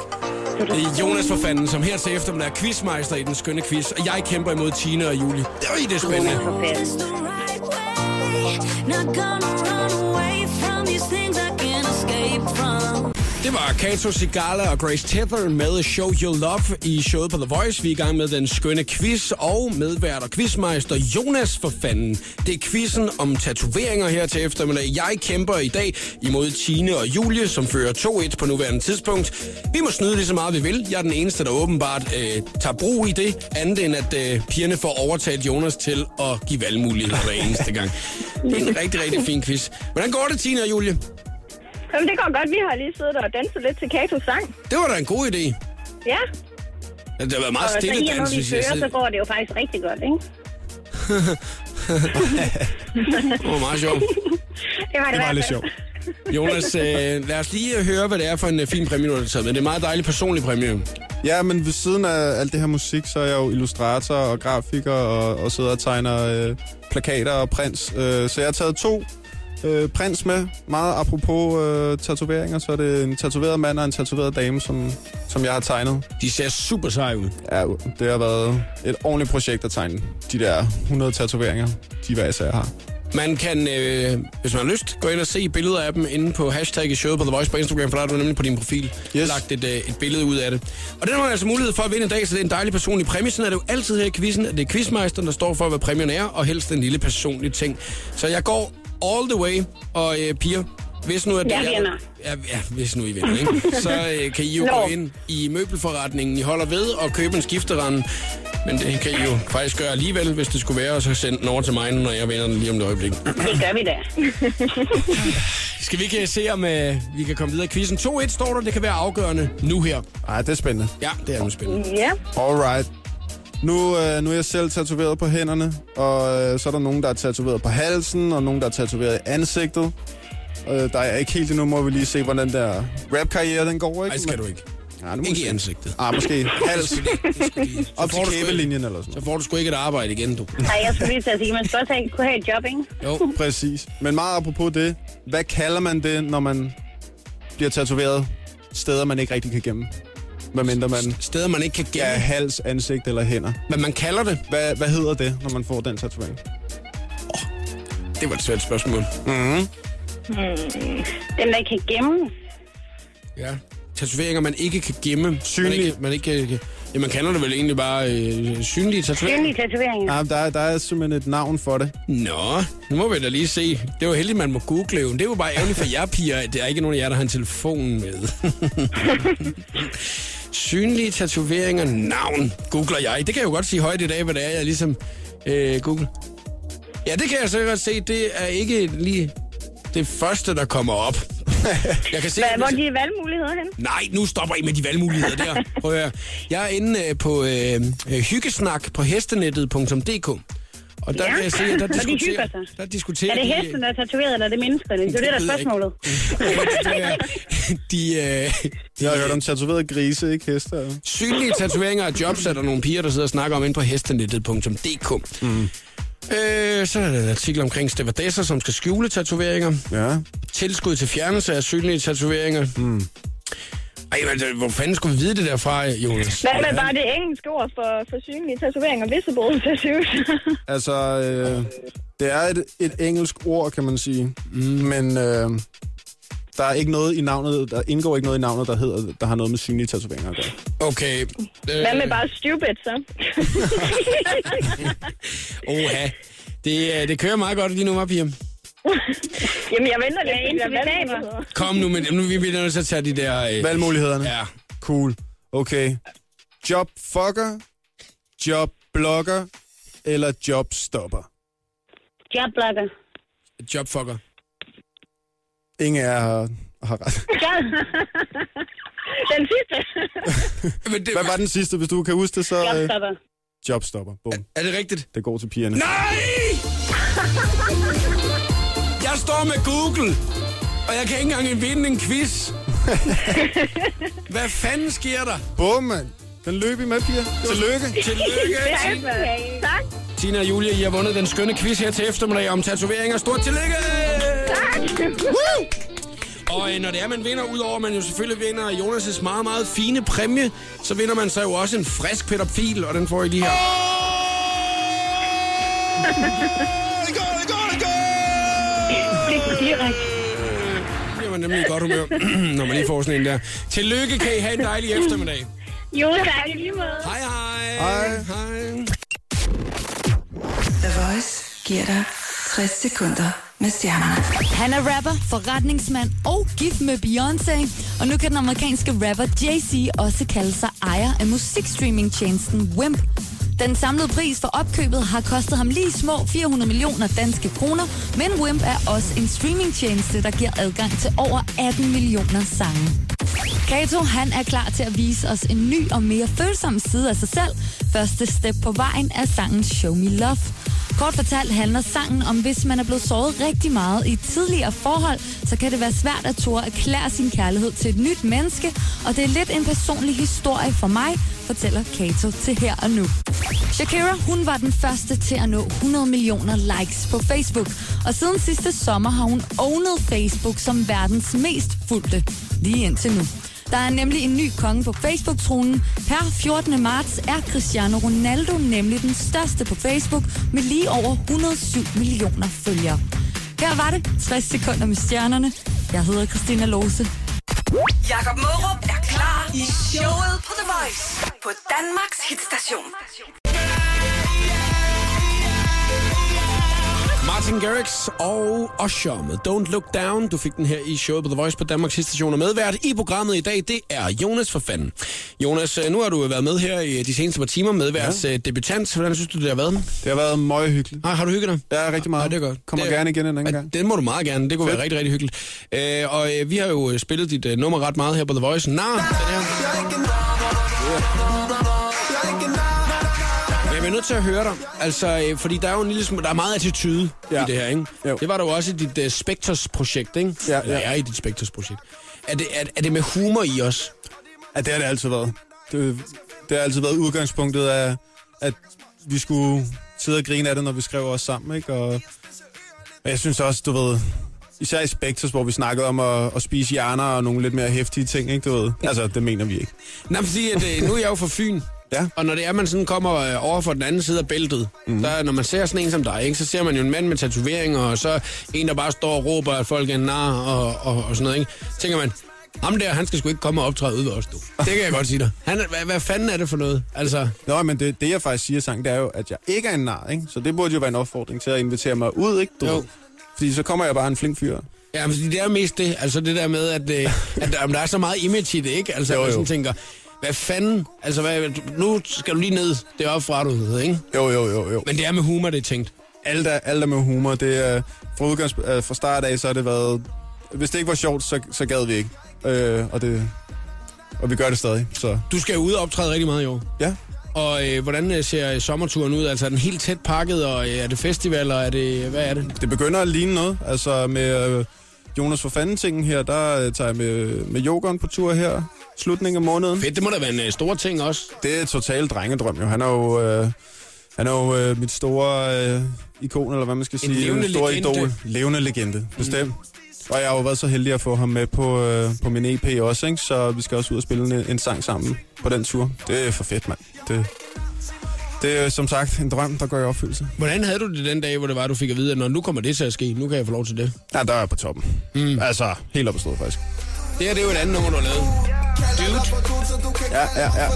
A: Det er Jonas for fanden, som her til eftermiddag er quizmeister i den skønne quiz, og jeg kæmper imod Tina og Julie. Det er det er spændende.
D: It's the right way. Not gonna run away from these things I can't escape from.
A: Det var Kato Sigala og Grace Tether med Show Your Love i showet på The Voice. Vi er i gang med den skønne quiz, og medvært og quizmeister Jonas for fanden. Det er quizzen om tatoveringer her til eftermiddag. Jeg kæmper i dag imod Tine og Julie, som fører 2-1 på nuværende tidspunkt. Vi må snyde lige så meget, vi vil. Jeg er den eneste, der åbenbart øh, tager brug i det, andet end at øh, pigerne får overtalt Jonas til at give valgmuligheder hver eneste gang. Det er en rigtig, rigtig fin quiz. Hvordan går det, Tine og Julie?
F: Jamen, det går godt. Vi har lige siddet og danset lidt til Katos sang.
A: Det var da en god idé.
F: Ja,
A: Ja, Det har været meget
G: Og så
F: Altså,
A: stille
G: i og med,
A: dans,
G: vi
A: synes jeg.
G: fører,
A: selv.
G: så går det jo faktisk rigtig godt, ikke?
A: Det var meget sjovt.
G: Det var
B: Det var
G: det, i hvert
B: lidt
G: fald.
B: sjovt.
A: Jonas, øh, lad os lige høre, hvad det er for en øh, fin præmie, du har taget med. Det er en meget dejlig personlig præmie.
B: Ja, men ved siden af alt det her musik, så er jeg jo illustrator og grafiker og, og sidder og tegner øh, plakater og prins. Øh, så jeg har taget to øh, prins med. Meget apropos øh, tatoveringer, så er det en tatoveret mand og en tatoveret dame, som, som jeg har tegnet.
A: De ser super seje ud.
B: Ja, det har været et ordentligt projekt at tegne. De der 100 tatoveringer, de hver især har.
A: Man kan, øh, hvis man har lyst, gå ind og se billeder af dem inde på hashtagget showet på The Voice på Instagram, for der har du nemlig på din profil yes.
B: Yes.
A: lagt et, øh, et billede ud af det. Og den har man altså mulighed for at vinde i dag, så det er en dejlig personlig præmie. Sådan er det jo altid her i quizzen, at det er quizmeisteren, der står for, hvad præmien er, og helst en lille personlig ting. Så jeg går all the way, og øh, piger, hvis nu, at det
G: Jeg
A: er-
G: vinder.
A: Ja, ja, hvis nu I vinder, ikke? Så øh, kan I jo
G: Nå.
A: gå ind i møbelforretningen, I holder ved og købe en skifterende. Men det kan I jo faktisk gøre alligevel, hvis det skulle være, og så sende den over til mig, når jeg vinder den lige om et øjeblik.
G: Det gør vi da.
A: Skal vi ikke se, om øh, vi kan komme videre i quizzen? 2-1 står der, det kan være afgørende nu her.
B: Ej, det er spændende.
A: Ja, det er nu spændende.
F: ja.
B: Alright. Nu, øh, nu er jeg selv tatoveret på hænderne, og øh, så er der nogen, der er tatoveret på halsen, og nogen, der er tatoveret i ansigtet. Øh, der er jeg ikke helt endnu, må vi lige se, hvordan der rapkarriere den går,
A: Nej,
B: ikke?
A: skal du ikke.
B: Ja, nu må
A: Ikke
B: vi
A: i
B: se.
A: ansigtet.
B: Ah, måske hals.
A: Så
B: Op til
A: får du sgu ikke-
B: kæbelinjen eller sådan
A: Så får du sgu ikke et arbejde igen, du.
G: Nej, jeg skulle lige til at sige, man skal også have, kunne have et job, ikke?
A: Jo.
B: Præcis. Men meget apropos det, hvad kalder man det, når man bliver tatoveret steder, man ikke rigtig kan gemme? Hvad mindre man
A: Steder, man ikke kan gemme.
B: er hals, ansigt eller hænder.
A: Hvad man kalder det.
B: Hvad, hvad hedder det, når man får den tatovering?
A: Det var et svært spørgsmål.
G: Den, der ikke kan gemme.
A: Ja. Tatoveringer, man ikke kan gemme.
B: Synlige.
A: Man ikke, man ikke kan... Ja, man kalder det vel egentlig bare øh, synlige tatoveringer.
G: Synlige tatoveringer.
B: Ja, der, er- der er simpelthen et navn for det.
A: Nå, nu må vi da lige se. Det var heldigt, man må google jo. Det er jo bare ærgerligt for jer piger, at der er ikke nogen af jer, der har en telefon med. Synlige tatoveringer, navn, googler jeg. Det kan jeg jo godt sige højt i dag, hvad det er, jeg ligesom øh, google. Ja, det kan jeg så godt se. Det er ikke lige det første, der kommer op. Jeg kan se,
F: Hvad, hvor er de valgmuligheder hen?
A: Nej, nu stopper I med de valgmuligheder der. Prøv at høre. Jeg er inde øh, på øh, øh, hyggesnak på hestenettet.dk. Og der
G: Ja.
A: kan jeg se, at der
G: Og de
A: diskuterer,
G: hygger sig.
A: der diskuterer
G: Er det
A: de, øh,
G: hesten, der er tatoveret, eller er det menneskerne? Det er jo det, der er
A: ved jeg ikke.
G: spørgsmålet.
A: det er, de øh,
B: Jeg har hørt om tatoverede grise, ikke heste. og-
A: synlige tatoveringer og jobs er der nogle piger, der sidder og snakker om inde på hestenettet.dk. Mm. Øh, så er der en artikel omkring stevardesser, som skal skjule tatoveringer.
B: Ja.
A: Tilskud til fjernelse af synlige tatoveringer. Mm. Ej, men, øh, hvor fanden skulle vi vide det derfra, Jonas?
F: Hvad med bare det engelske ord for, for synlige tatoveringer? Visible tattoos.
B: Altså, øh, det er et, et engelsk ord, kan man sige. Mm. Men øh, der er ikke noget i navnet, der indgår ikke noget i navnet, der hedder, der har noget med synlige tatoveringer at gøre.
A: Okay. Øh,
F: Hvad med bare stupid, så?
A: Oha. Det, øh, det kører meget godt lige nu, hva' piger?
F: Jamen, jeg venter lidt,
G: Ja,
F: til de der
G: indtil vi taber.
F: valgmuligheder.
A: Kom nu, men nu vi bliver nødt til at tage de der... Øh,
B: Valgmulighederne.
A: Ja.
B: Cool. Okay. Jobfucker, jobblogger eller jobstopper?
G: Jobblokker.
A: Jobfucker.
B: Ingen af jer har, har ret.
G: Job.
F: Den sidste.
A: Men det,
B: Hvad var den sidste, hvis du kan huske det, så... Øh,
G: Jobstopper.
B: jobstopper. Bum.
A: er det rigtigt?
B: Det går til pigerne.
A: Nej! Jeg står med Google, og jeg kan ikke engang vinde en quiz. Hvad fanden sker der?
B: Bum, mand. Den løb I med, piger. Tillykke.
A: Tillykke, Ti-
F: tak.
A: Tina og Julia, I har vundet den skønne quiz her til eftermiddag om tatoveringer. Stort tillykke! Og øh, når det er, man vinder, udover at man jo selvfølgelig vinder Jonas' meget, meget fine præmie, så vinder man så jo også en frisk pedofil, og den får I lige her.
G: Det er direkte.
A: Det bliver man nemlig i godt humør, når man lige får sådan en der. Tillykke, kan I have en dejlig eftermiddag.
F: Jo, tak i lige måde.
A: Hej, hej.
B: Hej.
A: hej.
H: The Voice giver dig 60 sekunder med stjernerne.
E: Han er rapper, forretningsmand og gift med Beyoncé. Og nu kan den amerikanske rapper Jay-Z også kalde sig ejer af musikstreamingtjenesten Wimp. Den samlede pris for opkøbet har kostet ham lige små 400 millioner danske kroner, men Wimp er også en streamingtjeneste, der giver adgang til over 18 millioner sange. Kato, han er klar til at vise os en ny og mere følsom side af sig selv. Første step på vejen er sangen Show Me Love. Kort fortalt handler sangen om, hvis man er blevet såret rigtig meget i et tidligere forhold, så kan det være svært at turde erklære sin kærlighed til et nyt menneske, og det er lidt en personlig historie for mig, fortæller Kato til her og nu. Shakira, hun var den første til at nå 100 millioner likes på Facebook, og siden sidste sommer har hun ownet Facebook som verdens mest fulgte, lige indtil nu. Der er nemlig en ny konge på Facebook-tronen. Per 14. marts er Cristiano Ronaldo nemlig den største på Facebook med lige over 107 millioner følgere. Her var det 60 sekunder med stjernerne. Jeg hedder Christina Lose.
C: Jakob Mørup er klar i showet på The Voice på Danmarks hitstation.
A: Martin Garrix og Usher med Don't Look Down. Du fik den her i showet på The Voice på Danmarks Station og medvært i programmet i dag. Det er Jonas for fanden. Jonas, øh, nu har du været med her i de seneste par timer, medværts ja. debutant. Hvordan synes du, det har været?
B: Det har været meget hyggeligt.
A: Har, har du hygget dig?
B: Det er rigtig meget.
A: Ja, det er godt.
B: Kommer
A: Det er-
B: gerne igen en anden
A: Ja,
B: gang.
A: den må du meget gerne. Det kunne være rigtig, rigtig hyggeligt. Øh, og øh, vi har jo øh, spillet dit øh, nummer ret meget her på The Voice. Nar, den her. Jeg er nødt til at høre dig, altså, øh, fordi der er jo en lille smule, der er meget attitude ja.
B: Ja.
A: i det her, ikke?
B: Jo.
A: Det var der jo også i dit uh, Spectres-projekt, ikke?
B: Ja,
A: Eller
B: ja.
A: er i dit Spectres-projekt. Er det, er, er det med humor i os?
B: Ja, det har det altid været. Det, det har altid været udgangspunktet af, at vi skulle sidde og grine af det, når vi skrev os sammen, ikke? Og, og jeg synes også, du ved, især i Spectres, hvor vi snakkede om at, at spise hjerner og nogle lidt mere hæftige ting, ikke? Du ved, altså, det mener vi ikke.
A: Nej, fordi at, øh, nu er jeg jo fra Fyn.
B: Ja.
A: Og når det er, man sådan kommer øh, over for den anden side af bæltet, mm. der, når man ser sådan en som dig, ikke, så ser man jo en mand med tatoveringer, og så en, der bare står og råber, at folk er nar og, og, og sådan noget. Ikke? Tænker man, ham der, han skal sgu ikke komme og optræde ude ved os, du. Det kan jeg godt sige dig. Han, er- hvad, hvad fanden er det for noget? Altså,
B: Nå, men det, det jeg faktisk siger i sangen, det er jo, at jeg ikke er en nar, ikke? Så det burde jo være en opfordring til at invitere mig ud, ikke? Du
A: Jo.
B: ved. Fordi så kommer jeg bare en flink fyr.
A: Ja, men det er mest det. Altså det der med, at, øh, at der, om der er så meget image i det, ikke? Altså jo,
B: Jo,
A: jo. man sådan
B: jo.
A: tænker, hvad fanden? Altså hvad, nu skal du lige ned deroppe fra, du ved, ikke?
B: Jo, jo, jo, jo.
A: Men det er med humor, det er tænkt.
B: alt er, alt er med humor. Det er, fra, udgangs, øh, fra start af, så har det været... Hvis det ikke var sjovt, så, så gad vi ikke. Øh, og, det, og vi gør det stadig. Så
A: Du skal jo ud og optræde rigtig meget i år.
B: ja,
A: Og øh, hvordan øh, ser øh, sommerturen ud? Altså er den helt tæt pakket, og øh, er det festivaler, er det, hvad er det?
B: det begynder at ligne noget. Altså med øh, Jonas for fanden tingen her, der øh, tager jeg med, med yogeren på tur her. Slutningen af måneden.
A: Fedt, det må da være en øh, stor ting også.
B: Det er totalt drengedrøm jo. Han er jo... Øh, han er jo øh, mit store øh, ikon, eller hvad man skal
A: En
B: sige.
A: levende
B: en stor
A: legende. Mm.
B: idol. Levende legende, bestemt. Og jeg har jo været så heldig at få ham med på, øh, på min EP også, ikke? så vi skal også ud og spille en, en sang sammen på den tur. Det er for fedt, mand. Det, det er som sagt en drøm, der går i opfyldelse.
A: Hvordan havde du det den dag, hvor det var, du fik at vide, at når nu kommer det til at ske, nu kan jeg få lov til det?
B: Ja, der er jeg på toppen. Mm. Altså, helt op at stå, faktisk.
A: Det her, det er jo et andet nummer, du har lavet. Dude.
B: Ja, ja, ja.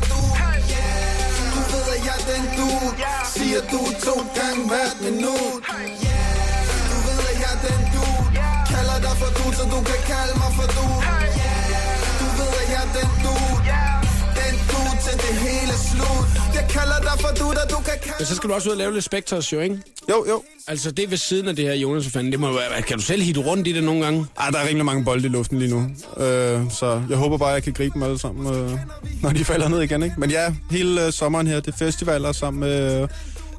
A: Men så skal du også ud og lave lidt Spectres, jo, ikke?
B: Jo, jo.
A: Altså det ved siden af det her, Jonas, for fanden, det må jo være, kan du selv hitte rundt i det nogle gange?
B: Ej, der er rimelig mange bolde i luften lige nu. Øh, så jeg håber bare, at jeg kan gribe dem alle sammen, øh, når de falder ned igen. Ikke? Men ja, hele øh, sommeren her, det er festivaler sammen med... Øh,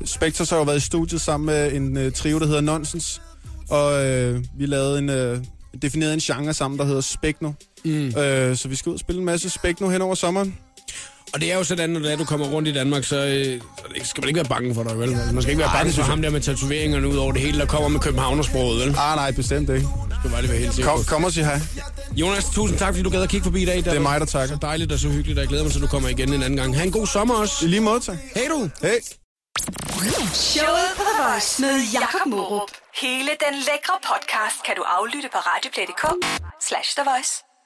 B: Spectres har jo været i studiet sammen med en øh, trio, der hedder Nonsens. Og øh, vi lavede en... Øh, defineret en genre sammen, der hedder Specno. Mm. Øh, så vi skal ud og spille en masse Specno hen over sommeren.
A: Og det er jo sådan, når det er, du kommer rundt i Danmark, så, øh, så det- skal man ikke være bange for dig, vel? Altså, Man skal ikke være
B: Ej,
A: bange
B: det
A: for
B: synes jeg.
A: ham der med tatoveringerne ud over det hele, der kommer med københavnersproget, vel?
B: Ah, nej, bestemt ikke.
A: Det skal bare lige være helt sikker
B: Kom,
A: på.
B: kom og sig hej.
A: Jonas, tusind tak, fordi du gad at kigge forbi i dag.
B: Det er
A: var
B: mig, der takker.
A: Så dejligt og så hyggeligt, og jeg glæder mig, så du kommer igen en anden gang. Ha' en god sommer
B: I
A: også.
B: lige måde, tak.
A: Hej du!
B: Hey.
C: Showet på The Voice med Jakob Morup. Hele den lækre podcast kan du aflytte på radioplay.dk slash The Voice.